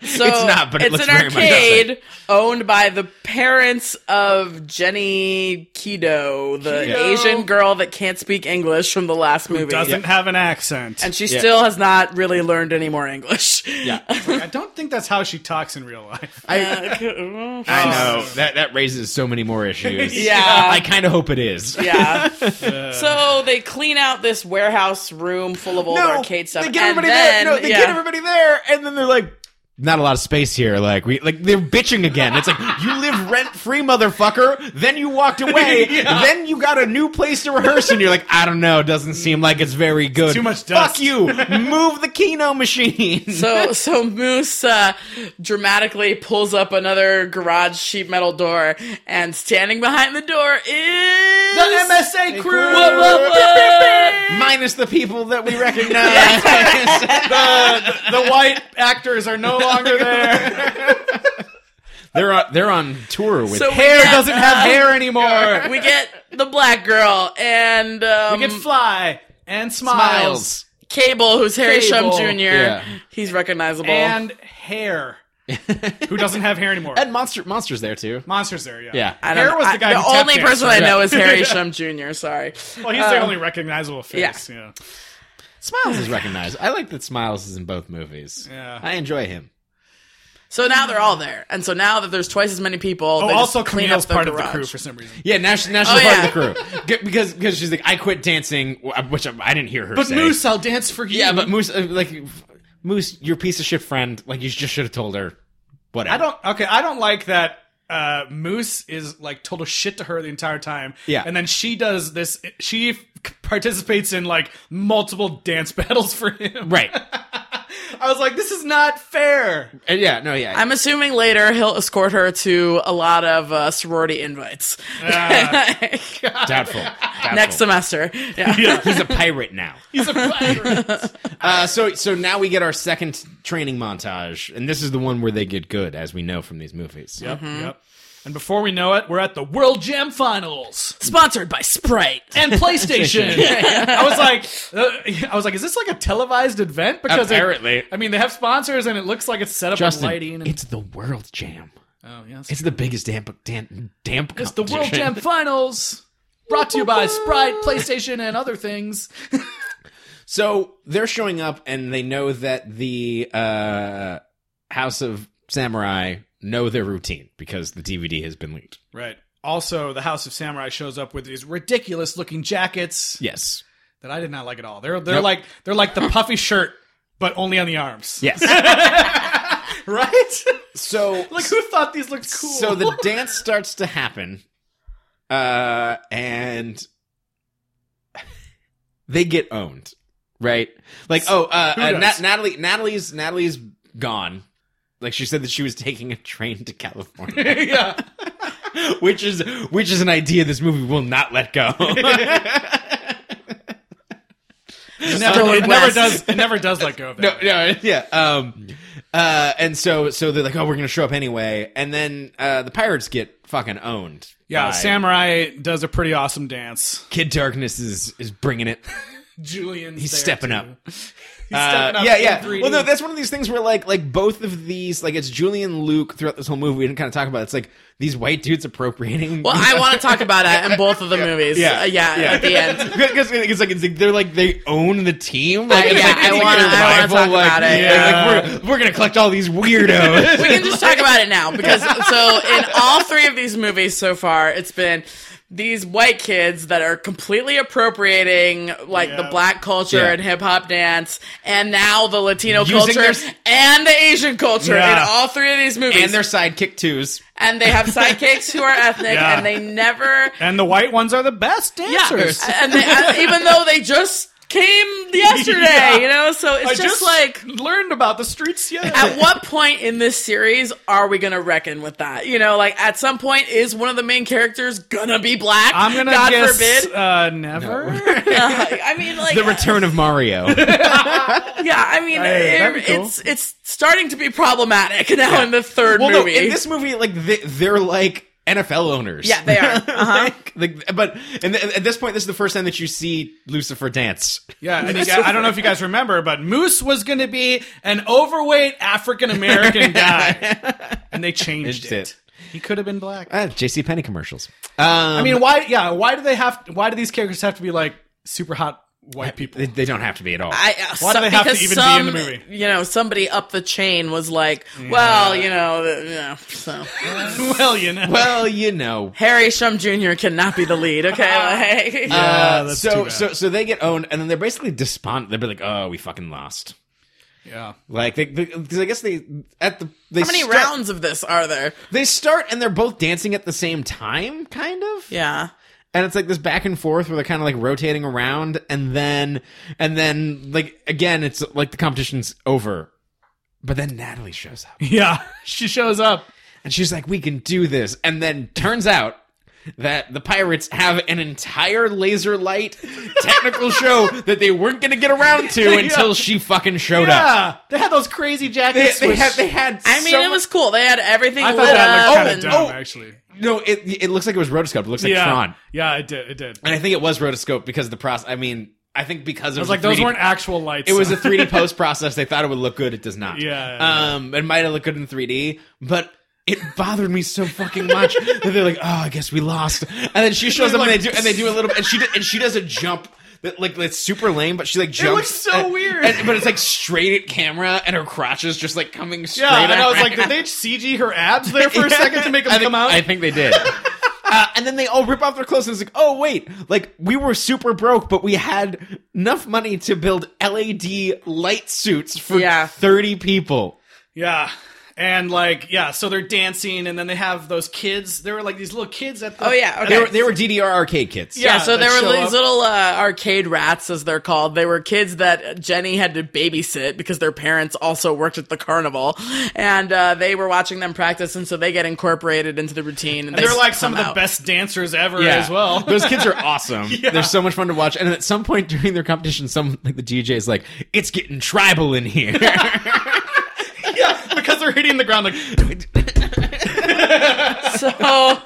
It's not, but it looks
an
very much
arcade owned by the parents of Jenny Kido, the
Kido.
Asian girl that can't speak English from the last movie.
Doesn't have an accent.
And she still has not really learned any more English.
I don't think that's how she talks in real life.
I,
I know that that raises so many more issues.
Yeah.
I kind of hope it is.
Yeah. so they clean out this warehouse room full of old arcade stuff.
They get
and
everybody
then,
there. No, they
yeah.
get everybody there, and then they're like, "Not a lot of space here." Like we, like they're bitching again. It's like you live rent free, motherfucker. Then you walked away. Then you got a new place to rehearse, and you're like, "I don't know. Doesn't seem like it's very good."
too much
Fuck
dust.
you. Move the Kino machine.
So so Moose uh, dramatically pulls up another garage sheet metal door, and standing behind the door is
MSA crew.
Whoa, whoa, whoa.
Minus the people that we recognize.
The white actors are no longer
Um,
there.
they're on, they're on tour with
So we uh,
hair.
get,
Doesn't have hair anymore.
We get the black girl and um,
We could fly and smiles,
Cable, who's Harry
Cable.
Shum Jr.
Yeah.
He's recognizable.
and hair. Who doesn't have hair anymore?
And monster monsters there too.
Monsters there, yeah.
Yeah.
I don't
hair
know.
was
I-
the guy. who
uh, the
tap
only
danced,
person I
right?
know um, is Harry Shum Jr. Sorry.
Well, he's the only recognizable face. Yeah.
Smiles is recognized. I like that Smiles is in both movies.
Yeah.
I enjoy him.
So now they're all there, and so now that there's twice as many people,
Oh,
they just
also
clean
Camille's
up the
part
garage.
of the crew for some reason.
Yeah, now, she, now
Oh,
she's part
yeah.
of the crew G- because because she's like, I quit dancing, wh- which I, I didn't hear her.
But
say.
Moose, I'll dance for you.
yeah, but Moose, uh, like f- Moose, your piece of shit friend, like you just should have told her. Whatever.
I don't. Okay, I don't like that. Uh, Moose is like total shit to her the entire time.
Yeah.
and then she does this. She f- participates in like multiple dance battles for him.
Right.
I was like, this is not fair.
And yeah, no, yeah.
I'm assuming later he'll escort her to a lot of uh, sorority invites
doubtful. Doubtful.
next semester. Yeah.
He's a pirate now.
He's a pirate.
Uh, so so now we get our second training montage, and this is the one where they get good, as we know from these movies.
yep, yep. And before we know it, we're at the World Jam Finals
Sponsored by Sprite.
and PlayStation. I was like, uh, I was like, is this like a televised event? Because it-
Apparently.
I mean, they have sponsors, and it looks like it's set up
Justin,
with lighting. And,
it's the World Jam.
oh yes,
It's the biggest damp damp damp.
It's the World Jam Finals. Brought to you by Sprite, PlayStation, and other things.
So they're showing up, and they know that the uh, House of Samurai know their routine because the DVD has been leaked.
Right. Also, the House of Samurai shows up with these ridiculous looking jackets
Yes.
that I did not like at all. They're they're
Nope.
like they're like the puffy shirt, but only on the arms.
Yes.
Right?
so
like who thought these looked cool?
So the dance starts to happen, uh, and they get owned, right? Like, oh, uh,
Who
uh,
does?
Nat- Natalie, Natalie's, Natalie's gone. Like she said that she was taking a train to California,
yeah.
which is which is an idea this movie will not let go.
It never,
going
it never
west.
does. It never does let go of
no,
that.
no, yeah. Um, uh, and so so they're like, oh, we're gonna show up anyway, and then uh, the pirates get fucking owned.
yeah,
by-
Samurai does a pretty awesome dance.
Kid Darkness is is bringing it.
Julian,
He's stepping up.
He's stepping
Uh,
up.
yeah,
in
yeah.
3D.
Well, no, that's one of these things where like like both of these like it's Julian Luke throughout this whole movie. We didn't kind of talk about it. it's like these white dudes appropriating.
Well, I want to talk about that in both of the movies.
Yeah.
Uh, yeah,
Yeah.
at the end.
because it's like it's like they're like they own the team. Like,
I-
it's
Uh, yeah,
like,
I
it's like
wanna-
their
I wanna
rival,
talk
like,
about it.
like, like, we're we're gonna collect all these weirdos.
We can just talk about it now because so in all three of these movies so far, it's been these white kids that are completely appropriating like the
Yeah.
black culture
Yeah.
and hip hop dance, and now the Latino
Using
culture
their-
and the Asian culture in
Yeah.
all three of these movies,
and their sidekick twos.
and they have sidekicks who are ethnic,
Yeah.
and they never
And the white ones are the best dancers.
and they, and even though they just came yesterday,
Yeah.
you know, so it's
I
just, like.
learned about the streets yet.
at what point in this series are we gonna reckon with that? You know, like at some point is one of the main characters gonna be black?
I'm gonna
God
guess
forbid.
Uh, never.
I mean, like
The return of Mario.
Yeah, I mean,
Hey, that'd be
it-
cool.
it's it's starting to be problematic now in the third
well,
movie.
no, in this movie, like they, they're like NFL owners.
yeah, they are. Uh-huh.
Like, like, but and th- at this point, this is the first time that you see Lucifer dance.
Yeah, and you guys, I don't know if you guys remember, but Moose was going to be an overweight African American guy, and they changed
Changed
it.
it.
He could have been black.
Ah, J.C. Penney commercials. Um,
I mean, why? Yeah, why do they have? Why do these characters have to be like super hot white people?
They, they don't have to be at all.
I, uh,
Why do
so-
they have to
because
even be
some,
in the movie?
You know, somebody up the chain was like, "Well, you know, uh, you know, so
well, you know.
well, you know.
Harry Shum Jr. cannot be the lead." Okay, like,
Uh, yeah,
Uh,
Ah, that's
so
too bad.
so so they get owned, and then they're basically despondent. They're like, "Oh, we fucking lost."
yeah,
Like, they, because I guess they at the they
Uh,
how many
start,
rounds of this are there?
they start, and they're both dancing at the same time, kind of.
Yeah.
and it's like this back and forth where they're kind of like rotating around and then and then like again it's like the competition's over but then natalie shows up
yeah. She shows up.
and she's like we can do this and then turns out that the pirates have an entire laser light technical show that they weren't going to get around to until she fucking showed up
Yeah, they had those crazy
they,
jackets.
they
which-
had they had
I mean,
so
it
much-
was cool. They had everything
I thought
lit
that looked
up.
kind of
and,
dumb,
oh,
actually.
no it it looks like it was rotoscope it looks like
yeah,
Tron
yeah, it did. It did. I
and I think it was rotoscope because the process I mean I think because it
was
was
like, those
3D
weren't actual lights.
It was a 3D post process. They thought it would look good. It does not.
Yeah, yeah,
Um, it might have looked good in 3D, but it bothered me so fucking much that they're like, "Oh, I guess we lost." And then she shows up and they do and they do a little and she do- and she does a jump that like that's super lame, but she like jumps.
looks so
and-
weird.
and- but it's like straight at camera, and her crotch is just like coming straight.
Yeah, and
at
I was
her.
like, did they CG her abs there for a second to make them
I think,
come out?
I think they did. Uh, and then they all rip off their clothes and it's like, oh wait, like we were super broke, but we had enough money to build LED light suits for
Yeah.
thirty people.
Yeah. And like, yeah, so they're dancing, and then they have those kids. There were like these little kids at the.
Oh, yeah, okay.
They were, they were DDR arcade kids.
Yeah,
Yeah, so
that
there
show
were these
up.
little uh, arcade rats, as they're called. They were kids that Jenny had to babysit because their parents also worked at the carnival, and uh, they were watching them practice, and so they get incorporated into the routine. And,
And
they
they're like some of
come
the
out.
best dancers ever as well.
Those kids are awesome. They're so much fun to watch. And at some point during their competition, some like the DJ is like, "It's getting tribal in here."
yeah, because they're hitting the ground like
So, all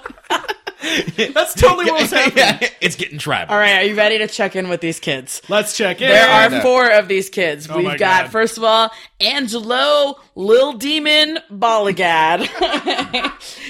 that's totally what was happening.
yeah, it's getting tribal.
right, are you ready to check in with these kids?
Let's check in.
There
Yeah,
are
no.
four of these kids. We've
Oh my
got
God.
first of all Angelo Lil Demon Bolligad.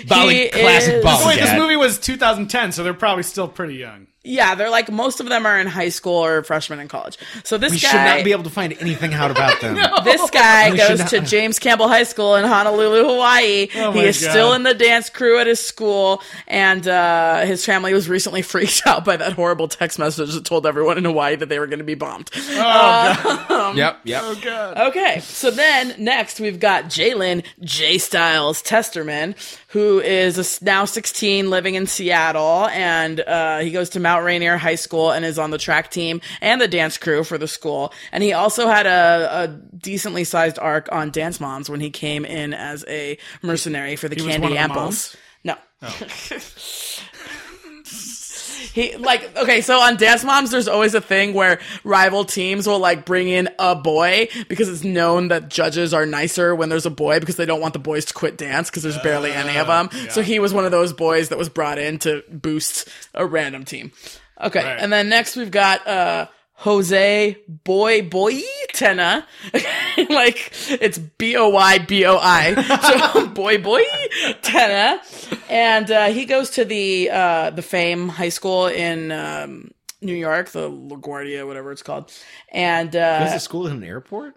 Bollig- classic
Oh, wait, this
Dad.
movie was 2010, so they're probably still pretty young.
Yeah, they're like most of them are in high school or freshmen in college. So this
We
guy
should not be able to find anything out about them.
This guy
We
goes
should
to
not-
James Campbell High School in Honolulu, Hawaii.
Oh
he
my
is
God.
still in the dance crew at his school, and uh, his family was recently freaked out by that horrible text message that told everyone in Hawaii that they were going to be bombed.
Yep, yep.
Oh, Okay, so then next we've got Jalen J Styles Testerman, who is a s now 16, living in Seattle, and uh, he goes to Mount Rainier High School and is on the track team and the dance crew for the school. And he also had a, a decently sized arc on Dance Moms when he came in as a mercenary for the
was
Candy
one of the
Apples.
moms?
No. He like okay, so on Dance Moms, there's always a thing where rival teams will like bring in a boy because it's known that judges are nicer when there's a boy because they don't want the boys to quit dance because there's barely any of them. So he was one of those boys that was brought in to boost a random team. Okay,
Right.
and then next we've got uh Jose Boy Boy Tenna. like it's B O Y B O I. So Boy Boy Tenna. And uh, he goes to the uh, the Fame High School in um, New York, the LaGuardia, whatever it's called. And
Is
uh,
this school in an airport?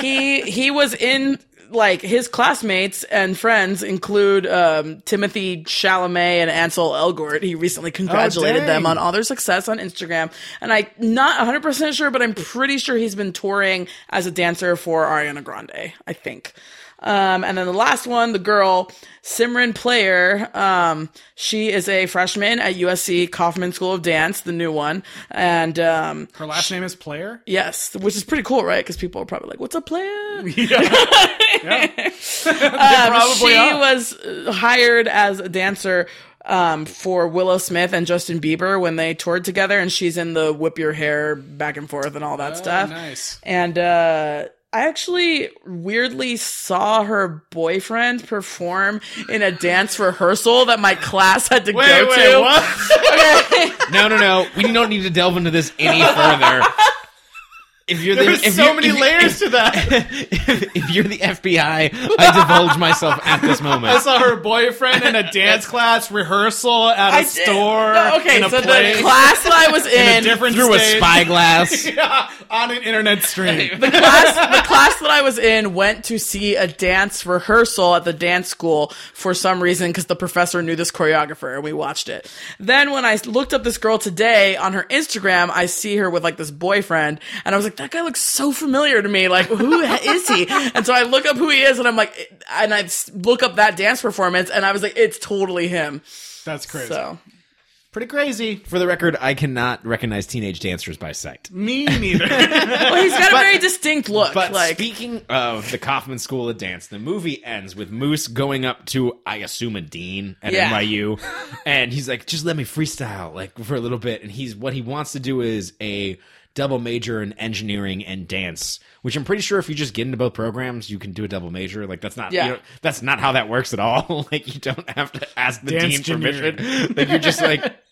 he he was in like his classmates and friends include um, Timothy Chalamet and Ansel Elgort. He recently congratulated
dang.
them on all their success on Instagram, and I'm not 100 percent sure, but I'm pretty sure he's been touring as a dancer for Ariana Grande. I think. Um, and then the last one, the girl Simran Player. Um, she is a freshman at USC Kaufman School of Dance, the new one, and um,
Her last name is Player.
Yes, which is pretty cool, right? Because people are probably like, "What's a player?"
probably
Um, she
are.
was uh, hired as a dancer um, for Willow Smith and Justin Bieber when they toured together, and she's in the whip your hair back and forth and all that stuff.
Oh, nice.
And uh, I actually weirdly saw her boyfriend perform in a dance rehersal that my class had to go to.
No, no, no. We don't need to delve into this any further. If you're the,
There's
if
so
you-
many
if you-
layers to that.
If, if you're the FBI, I divulge myself at this
I
moment.
saw her boyfriend in a dance class rehearsal at a
I did-
store.
No, okay,
in a
so
play,
the class that I was in,
in a different
Through a
state.
spyglass.
Yeah, on an internet stream.
the class the class that I was in went to see a dance rehearsal at the dance school for some reason because the professor knew this choreographer and we watched it. Then when I looked up this girl today on her Instagram, I see her with like this boyfriend and I was like, that guy looks so familiar to me. Like, who is he? And so I look up who he is and I'm like, and I s- look up that dance performance and I was like, it's totally him.
That's crazy.
So
Pretty crazy.
For the record, I cannot recognize teenage dancers by sight.
Me neither.
well, he's got a very distinct look.
But
like,
speaking of the Kaufman School of Dance, the movie ends with Moose going up to, I assume, a dean at
Yeah.
NYU, and he's like, "Just let me freestyle like for a little bit." And he's what he wants to do is a double major in engineering and dance, which I'm pretty sure if you just get into both programs, you can do a double major. Like that's not you
Yeah.
don't- that's not how that works at all. like you don't have to ask the
Dance
dean permission. like you're just like.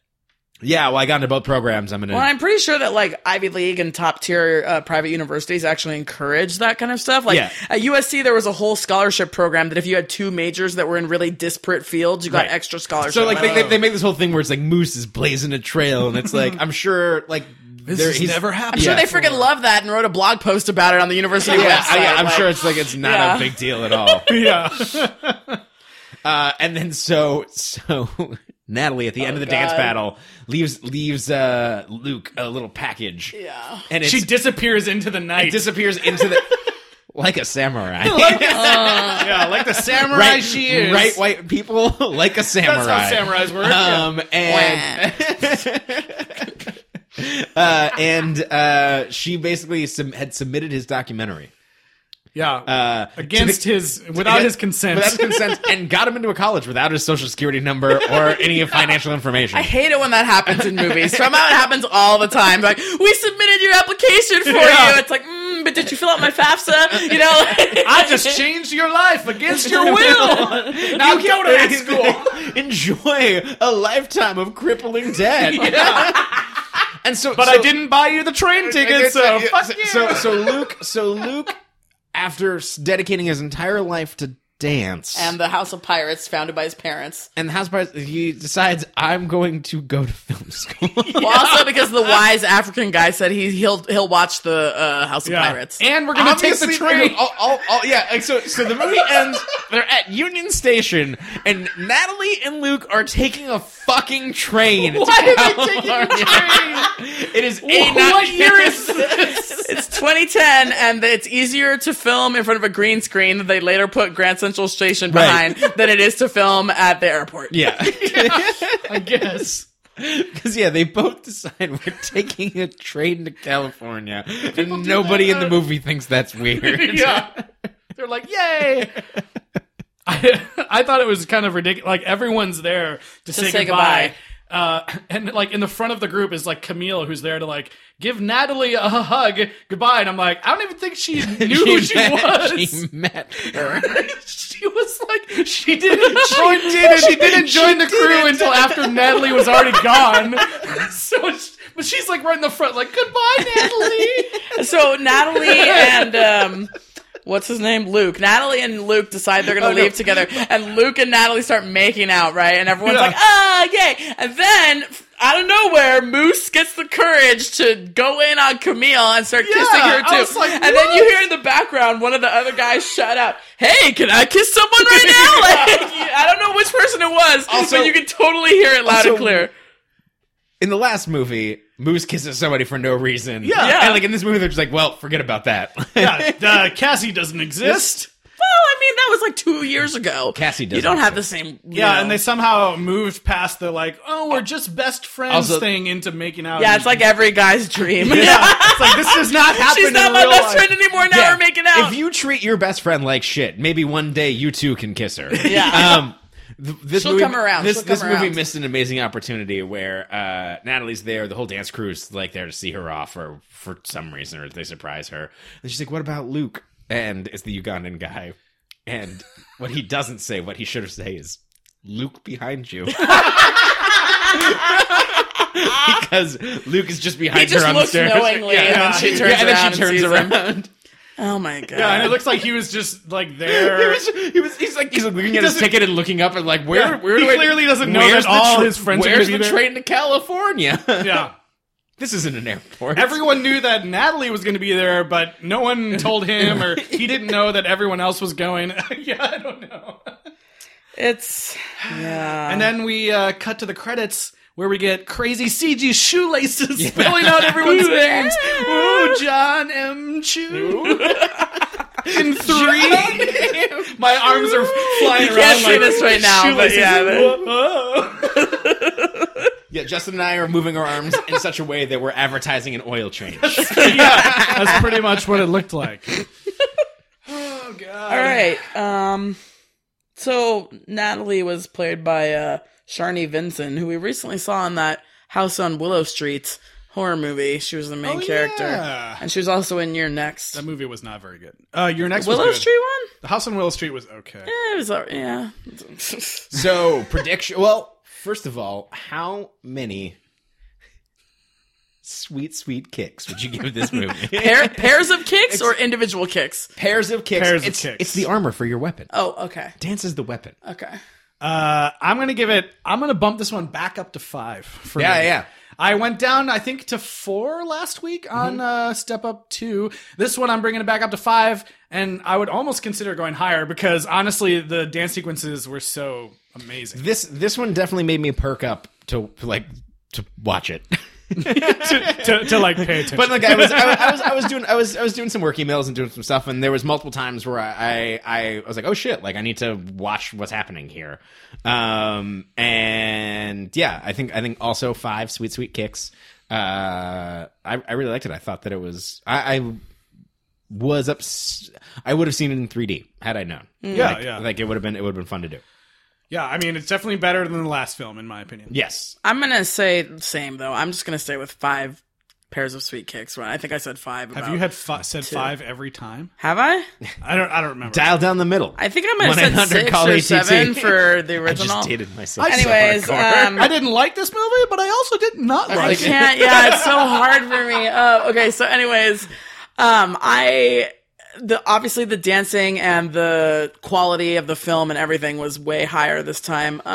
Yeah, well, I got into both programs. I'm gonna.
Well, I'm pretty sure that like Ivy League and top tier uh, private universities actually encourage that kind of stuff. Like
Yeah.
at USC, there was a whole scholarship program that if you had two majors that were in really disparate fields, you got
Right.
extra scholarship.
So like they, they,
Oh.
they make this whole thing where it's like Moose is blazing a trail, and it's like I'm sure like this
has never happened
I'm sure
Yeah.
they freaking love that and wrote a blog post about it on the university
Yeah,
website.
I, am
like-
sure it's like it's not
Yeah.
a big deal at all.
yeah.
Uh, and then so so Natalie at the
Oh,
end of the dance
God.
battle leaves leaves uh, Luke a little package.
Yeah.
and it's,
She disappears into the night.
disappears into the. like a samurai.
yeah, like the samurai
right,
she is.
right, white people like a samurai.
That's how samurais
Uh-huh.
work. yeah.
Um,
eh.
and uh, and uh, she basically sub- had submitted his documentary
Yeah.
uh,
against
to the-
his without his consent.
without his consent, and got him into a college without his social security number or any financial information.
I hate it when that happens in movies. Somehow it happens all the time. Like, we submitted your application for
Yeah.
you. It's like, mm, but did you fill out my FAFSA? You know?
I just changed your life against your will. now go to that school.
Enjoy a lifetime of crippling debt. And so,
But
so- uh,
I didn't buy you the train ticket, so fuck
so,
you.
so so Luke so Luke after s- dedicating his entire life to dance
and the House of Pirates, founded by his parents.
and the house party, he decides I'm going to go to film school.
Well, also because the wise African guy said he he'll he'll watch the uh, House of
Yeah.
Pirates.
And we're gonna take the
Obviously,
train.
all- all- all- oh, yeah, like, so so the movie ends. They're at Union Station, and Natalie and Luke are taking a fucking train. Why are they taking train? It is a not
what year is
It's 2010, and it's easier to film in front of a green screen that they later put Grand Central Station
Right.
behind than it is to film at the airport.
Yeah,
I guess.
because yeah, they both decide we're taking a train to California, and nobody in the movie thinks that's weird.
Yeah. They're like, yay. I, I thought it was kind of ridiculous. Like everyone's there to, say,
say
goodbye. Uh, and like in the front of the group is like Camille, who's there to like give Natalie a hug goodbye. And I'm like, I don't even think she knew who she
met,
was.
She met her.
she was like she didn't join
didn't-
she didn't
she
join the crew
didn't.
until after Natalie was already gone. so she, but she's like right in the front like goodbye Natalie.
So Natalie and um, what's his name, Luke. Natalie and Luke decide they're gonna
Oh, no.
leave together, and Luke and Natalie start making out, right? And everyone's
Yeah.
like, "Ah, yay!" And then f- out of nowhere, Moose gets the courage to go in on Camille and start kissing her
I
too.
was like,
and then you hear in the background one of the other guys shout out, "Hey, can I kiss someone right now?" Like you- I don't know which person it was,
Also-
but you can totally hear it loud
also-
and clear.
in the last movie, Moose kisses somebody for no reason.
Yeah.
And like in this movie, they're just like, well, forget about that.
uh, Cassie doesn't exist.
Well, I mean, that was like two years ago.
Cassie
you
doesn't
don't have the
exist.
same. you
Yeah,
know.
and they somehow moved past the like, oh, we're just best friends
Also-
thing into making out.
Yeah, it's like every guy's dream.
yeah, it's like this does not happen.
She's
in
not my
real
best
life.
friend anymore. Now
Yeah.
we're making out.
If you treat your best friend like shit, maybe one day you too can kiss her.
Yeah.
Um, th- this
She'll
movie,
come around.
This,
She'll come
this movie
around.
missed an amazing opportunity where uh, Natalie's there. The whole dance crew's like there to see her off, or for some reason, or they surprise her. And she's like, "What about Luke?" And it's the Ugandan guy. And what he doesn't say, what he should have said is, "Luke behind you." because Luke is just behind
he just
her on the
looks
stairs.
knowingly, and then she turns
Yeah, and then
around.
she turns
sees him.
around.
Oh my god!
Yeah, and it looks like he was just like
He
there.
was, he was, he's like, he's looking at his
doesn't-
ticket and looking up and like, where,
Yeah,
where
he
do I-
clearly doesn't know
where's
that
the
all his friends are
Where's
gonna
the
be there?
train to California?
yeah.
this isn't an airport.
Everyone knew that Natalie was going to be there, but no one told him, or he didn't know that everyone else was going. yeah, I don't know.
It's yeah.
And then we uh, cut to the credits where we get crazy CG shoelaces spelling out everyone's names. Ooh, John M. Chu. In three, my arms are flying
You
around.
can't see
like
this right now, but
shoelaces.
yeah, but-
Whoa.
yeah, Justin and I are moving our arms in such a way that we're advertising an oil change.
yeah, that's pretty much what it looked like. Oh god!
All right. Um. So Natalie was played by uh Sharni Vinson, who we recently saw in that House on Willow Street horror movie. She was the main
Oh,
character,
yeah.
and she was also in Your Next
That movie was not very good. Uh, your next was
Willow
good.
Street one.
The House on Willow Street was okay.
Yeah, it was all- yeah.
so, prediction. Well, first of all, how many sweet, sweet kicks would you give this movie?
Pair, pairs of kicks or individual kicks?
Pairs of kicks.
Pairs of
it's,
kicks.
It's the armor for your weapon.
Oh, okay,
Dance is the weapon.
okay.
Uh, I'm gonna give it. I'm gonna bump this one back up to five. For
Yeah,
me.
yeah.
I went down, I think, to four last week on uh, Step Up Two. This one, I'm bringing it back up to five, and I would almost consider going higher because honestly, the dance sequences were so amazing.
This this one definitely made me perk up to like to watch it.
to, to like pay attention.
But like I was, I, I was, I was doing, I was, I was doing some work emails and doing some stuff, and there was multiple times where I, I, I was like, oh shit, like I need to watch what's happening here. Um, and yeah, I think, I think also five sweet, sweet kicks. Uh, I, I really liked it. I thought that it was, I, I was up. I would have seen it in 3D had I known.
yeah,
like,
yeah,
like it would have been, it would have been fun to do.
yeah. I mean, it's definitely better than the last film, in my opinion.
Yes,
I'm gonna say same though. I'm just gonna stay with five pairs of sweet kicks. Right? I think I said five. About.
Have you had fi- said five every time?
Have I?
I don't. I don't remember.
dial down the middle.
I think I might have said
1-800
six
call
or
ATT.
seven for the
I
original.
just dated myself. so
Anyways,
hardcore.
um,
I didn't like this movie, but I also did not
I
like it.
can't. Yeah, it's so hard for me. Uh, okay, so anyways, um, I the obviously the dancing and the quality of the film and everything was way higher this time.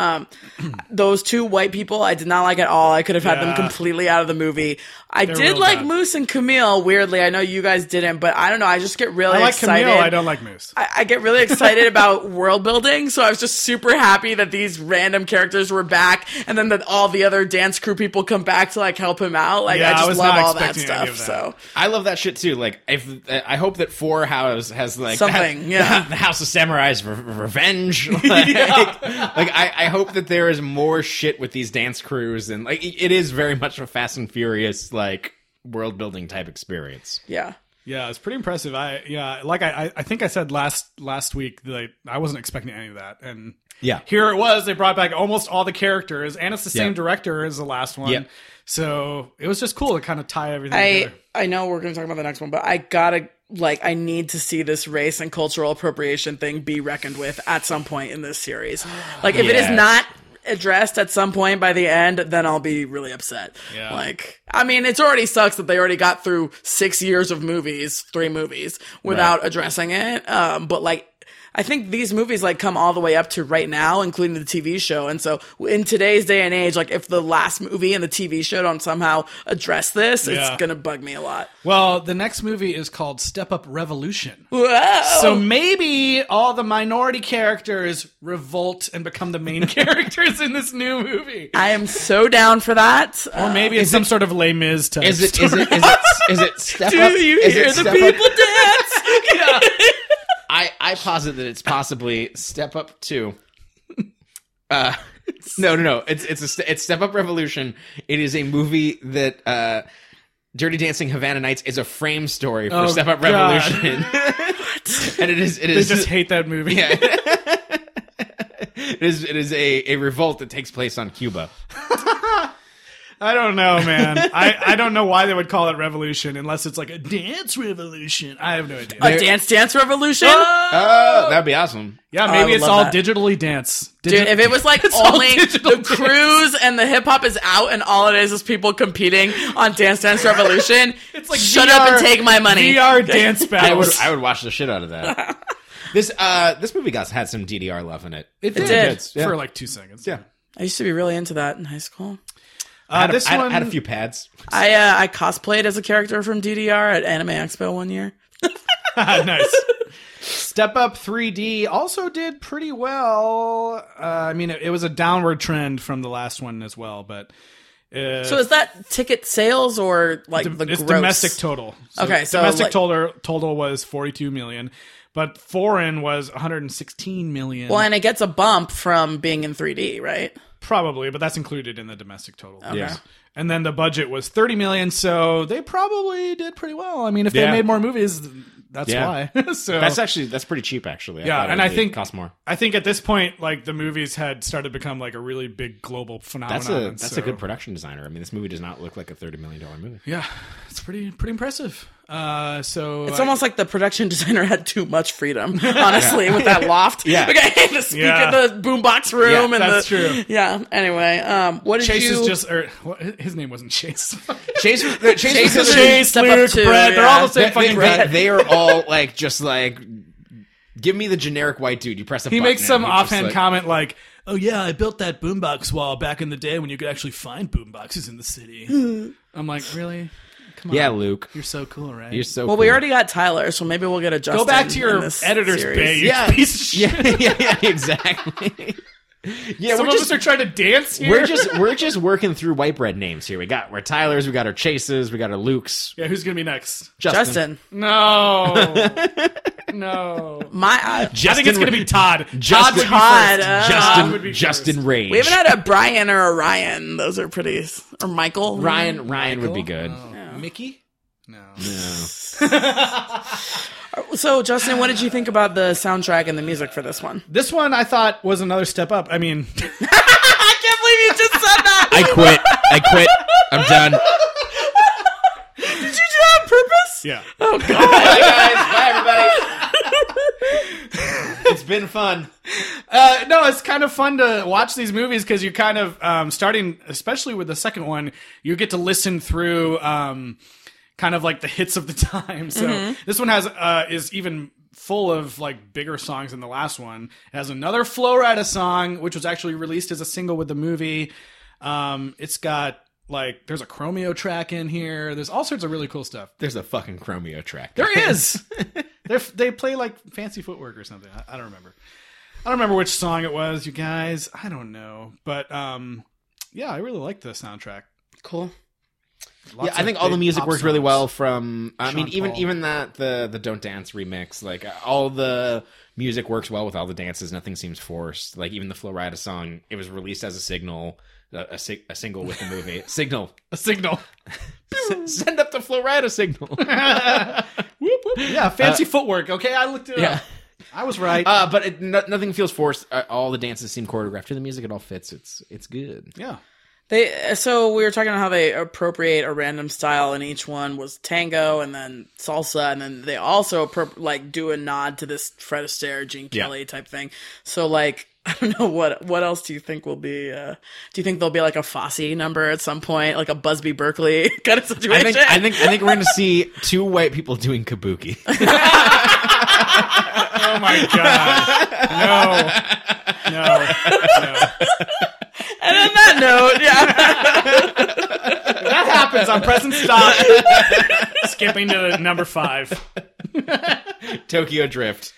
Um, those two white people, I did not like at all. I could have had them
Yeah.
completely out of the movie. I did
real
like
bad.
Moose and Camille. Weirdly, I know you guys didn't, but I don't know. I just get really
I like
excited.
Camille. I don't like Moose.
I, I get really excited about world building, so I was just super happy that these random characters were back, and then that all the other dance crew people come back to like help him out. Like
Yeah,
I
I
just
was
love
not
all that
expecting any
stuff.
of
So
I love that shit too. Like, if uh, I hope that Four House has like
Something,
the-
yeah.
the House of Samurai's re- revenge. Like, like, I, I hope that there is more shit with these dance crews, and like it is very much a Fast and Furious like world building type experience.
yeah,
Yeah, it's pretty impressive. I yeah, like I I- I think I said last last week that I, I wasn't expecting any of that, and
Yeah.
here it was. They brought back almost all the characters, and it's the same
Yeah.
director as the last one.
Yeah.
So it was just cool to kind of tie everything
I
together.
I know we're gonna talk about the next one, but I gotta like I need to see this race and cultural appropriation thing be reckoned with at some point in this series. Like if it is
Yes.
not addressed at some point by the end, then I'll be really upset.
Yeah.
Like I mean, it's already sucks that they already got through six years of movies, three movies, without addressing it. Um, but like. I think these movies like come all the way up to right now, including the TV show. And so in today's day and age, like if the last movie and the TV show don't somehow address this,
Yeah.
it's gonna bug me a lot.
Well, the next movie is called Step Up Revolution.
Whoa.
So maybe all the minority characters revolt and become the main characters in this new movie.
I am so down for that. Uh,
Or maybe it's some sort of Les Mis type.
Is it
story.
is it is it, is it step
Do
up?
you
is it
hear the
Step Up?
people dance?
I I posit that it's possibly Step Up Two. Uh, no, no, no. It's it's a st- it's Step Up Revolution. It is a movie that uh, Dirty Dancing Havana Nights is a frame story for
Oh,
Step Up
God.
Revolution. and it is it
They
is
just hate that movie.
it is it is a, a revolt that takes place on Cuba.
I don't know, man. I, I don't know why they would call it revolution unless it's like a dance revolution. I have no idea.
A dance dance revolution?
Oh, that'd be awesome.
yeah,
I would
maybe it's
love
all
that.
digitally dance. Digi-
Dude, if it was like
It's all
only
digital
the
dance.
cruise and the hip hop is out and all it is is people competing on Dance Dance Revolution, it's like shut up and
VR
take my money.
VR dance
I would
battles.
I would watch the shit out of that. this uh this movie got had some DDR love in it.
it did,
did.
for like two seconds.
Yeah.
I used to be really into that in high school.
Uh,
Had a-
this
had-
one
had a few pads.
I uh, I cosplayed as a character from DDR at Anime Expo one year.
nice. Step Up 3D also did pretty well. Uh, I mean, it, it was a downward trend from the last one as well, but uh,
So is that ticket sales or like
Dom-
the
it's
gross?
domestic total.
Okay, so,
domestic
like-
total total was 42 million, but foreign was 116 million.
Well, and it gets a bump from being in 3D, right?
probably, but that's included in the domestic total.
Yeah.
And then the budget was 30 million, so they probably did pretty well. I mean, if
Yeah.
they made more movies, that's
Yeah.
why. so
That's actually that's pretty cheap actually.
Oh. Yeah,
thought it
and
would
I
be-
think-
cost more.
I think at this point, like the movies had started to become like a really big global phenomenon.
That's a that's
so-
a good production designer. I mean, this movie does not look like a thirty million dollar movie.
Yeah, it's pretty pretty impressive. Uh, so
It's
I-
almost like the production designer had too much freedom, honestly, with that loft.
Yeah.
Okay, the speaker,
Yeah.
the boombox room,
Yeah,
and
that's
the,
true.
Yeah. Anyway, um, what did
Chase
you?
is just or, what, his name wasn't Chase.
Chase was Chase,
was-
Chase,
Step up
Luke,
two,
Brett, they're all the
yeah.
same
they,
fucking
they,
brand.
they are all like just like give me the generic white dude. You press a
He
button
makes
and
some
he's just
offhand
like-
comment like, "Oh yeah, I built that boombox wall back in the day when you could actually find boomboxes in the city." I'm like, really? Come on,
Yeah, Luke,
you're so cool, right?
you're so.
well, we
cool.
already got Tyler, so maybe we'll get a Justin.
Go back to
in
your
this
editor's
series.
bay, you
Yeah.
piece of shit.
yeah, yeah, yeah, exactly. Yeah,
Some
we're
of
just
us are trying to dance here.
we're just we're just working through white bread names here. We got our Tyler's, we got our Chases, we got our Luke's.
yeah, who's gonna be next?
Justin.
Justin.
No, no.
My uh, I,
I think it's gonna be Todd.
Justin-
Todd would be
Todd, uh,
first.
Justin
Todd would be
Justin
first.
Rage.
we haven't had a Brian or a Ryan. Those are pretty s- or Michael. Oh.
Ryan Ryan would be good.
Mickey. No.
So Justin, what did you think about the soundtrack and the music for this one?
This one I thought was another step up. I mean,
I can't believe you just said that.
I quit. I quit. I'm done.
did you do that on purpose?
yeah.
Oh god.
Bye guys. Bye everybody. it's been fun.
Uh, no, it's kind of fun to watch these movies because you kind of um, starting, especially with the second one, you get to listen through um, kind of like the hits of the time. So this one has uh, is even full of like bigger songs than the last one. It has another Flow Rida song, which was actually released as a single with the movie. Um, it's got like there's a Chromeo track in here. There's all sorts of really cool stuff.
There's a fucking Chromeo track.
There is. They're, they play like fancy footwork or something. I, I don't remember. I don't remember which song it was, you guys. I don't know, but um, yeah, I really like the soundtrack.
Cool.
Lots
yeah, I
of
think all
big
the music
pop
works really
songs.
well. From I mean,
Sean
even
Paul.
even that the the Don't Dance remix, like uh, all the music works well with all the dances. Nothing seems forced. Like even the Flo Rida song, it was released as a signal, a, a, sig- a single with the movie signal.
A signal.
S- send up the Flo Rida signal.
Whoop, whoop. Yeah, fancy footwork. Okay, I looked it
Uh, yeah,
up. I was right.
uh, but it, no, nothing feels forced. Uh, all the dances seem choreographed to the music. It all fits. It's it's good.
yeah.
They so we were talking about how they appropriate a random style, and each one was tango, and then salsa, and then they also appro- like do a nod to this Fred Astaire, Gene
Yeah.
Kelly type thing. So like, I don't know what what else do you think will be? Uh, do you think there'll be like a Fosse number at some point, like a Busby Berkeley kind of
I
situation?
think I think I think we're gonna see two white people doing kabuki.
Oh my god. No. No. No.
and on that note, yeah,
That happens. I'm pressing stop. Skipping to number five.
Tokyo Drift.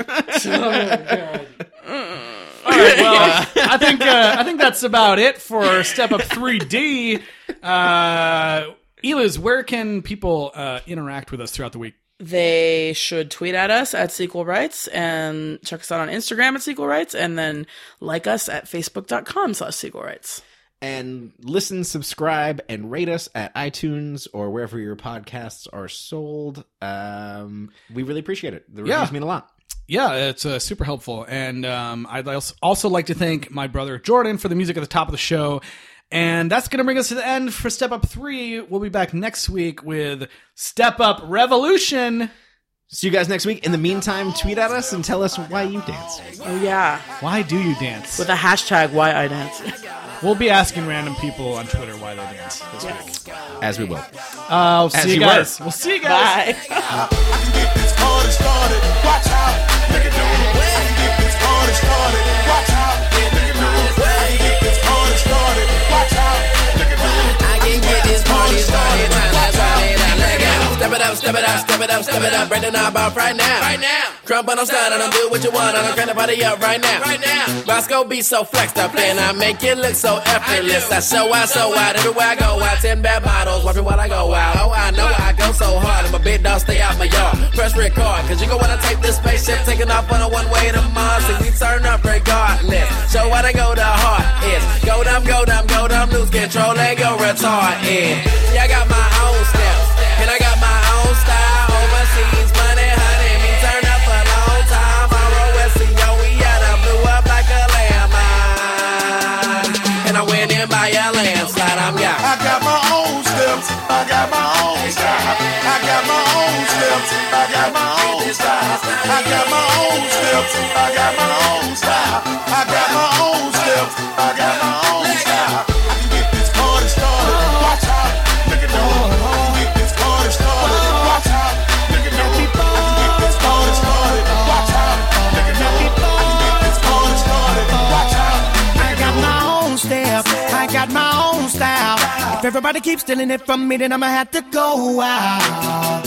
well, I think uh, I think that's about it for Step Up 3D. Uh, Eliz, where can people uh, interact with us throughout the week?
they should tweet at us at Sequel Rights and check us out on Instagram at Sequel Rights, and then like us at Facebook.com slash Sequel Rights.
and listen, subscribe, and rate us at iTunes or wherever your podcasts are sold. Um, we really appreciate it. The reviews
Yeah.
mean a lot.
Yeah, it's uh, super helpful, and um, I'd als- also like to thank my brother Jordan for the music at the top of the show. And that's going to bring us to the end for Step Up 3. We'll be back next week with Step Up Revolution.
See you guys next week. In the meantime, tweet at us and tell us why you dance.
Oh yeah,
Why do you dance?
with the hashtag why I dance.
We'll be asking random people on Twitter why they dance this week.
As we will.
Uh, we'll
As
see you
you
guys.
were.
We'll see you guys.
Bye.
I can get this party started. Watch out, nigga do it. I can get this party started. Watch out, nigga do it. I can get this party started. Watch out, nigga do it. I can get this party started.
Step it up, step it up, step it up, step it up. Brandon knob off right now. Right now. Crump on I'm I don't do what you want. I don't crank the body up right now. Right now. Roscoe be so flexed up and I make it look so effortless. I, show out so wide everywhere I go out. Ten bad bottles, watching while I go out. Oh, I know I go so hard. And my big dog stay out my yard. Press record, cause you gon' wanna take this spaceship, taking off on a one way to Mars. And we turn up regardless. Show out and go the heart is. Go down, go down, go down, lose control and go retarded. Yeah, I got my own steps. And I got my own style. Overseas money, honey. Me turn up a long time. Follow SEO, we out. I blew up like a landmine. And I went in by a landslide. I'm out.
I got my own steps. I got my own style. I got my own steps. I got my own style. I got my own steps. I got my own style. I got my own steps. I got my own style. I can get this party started. Watch out, nigga, do it. I can get this party started. Watch out, nigga, do it. I can get this party started. Watch out, nigga, do it. I can get this party started. Watch out.
I got my own style. I got my own style. If everybody keeps stealing it from me, then I'ma have to go out.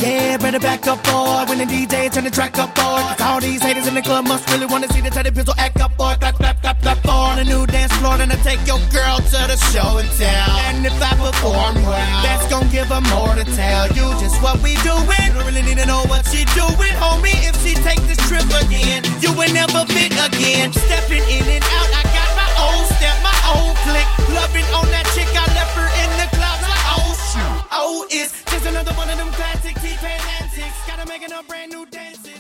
Yeah, better back up, boy. When the DJ turn the track up, boy. 'Cause all these haters in the club must really wanna see the teddy pistol act up, boy. Clap, clap, clap, clap, boy.
on a new dance floor, then I take your girl to the show and tell. And if I perform well, that's gonna give her more to tell you just what we doing. You don't really need to know what she doing, homie. If she take this trip again, you will never fit again. Stepping in and out, I got my own step, my own click. Loving on that chick, I left her in the clouds. Like, oh shoot, oh it's just another one of them classic T-Pain antics. Gotta make a brand new dancing.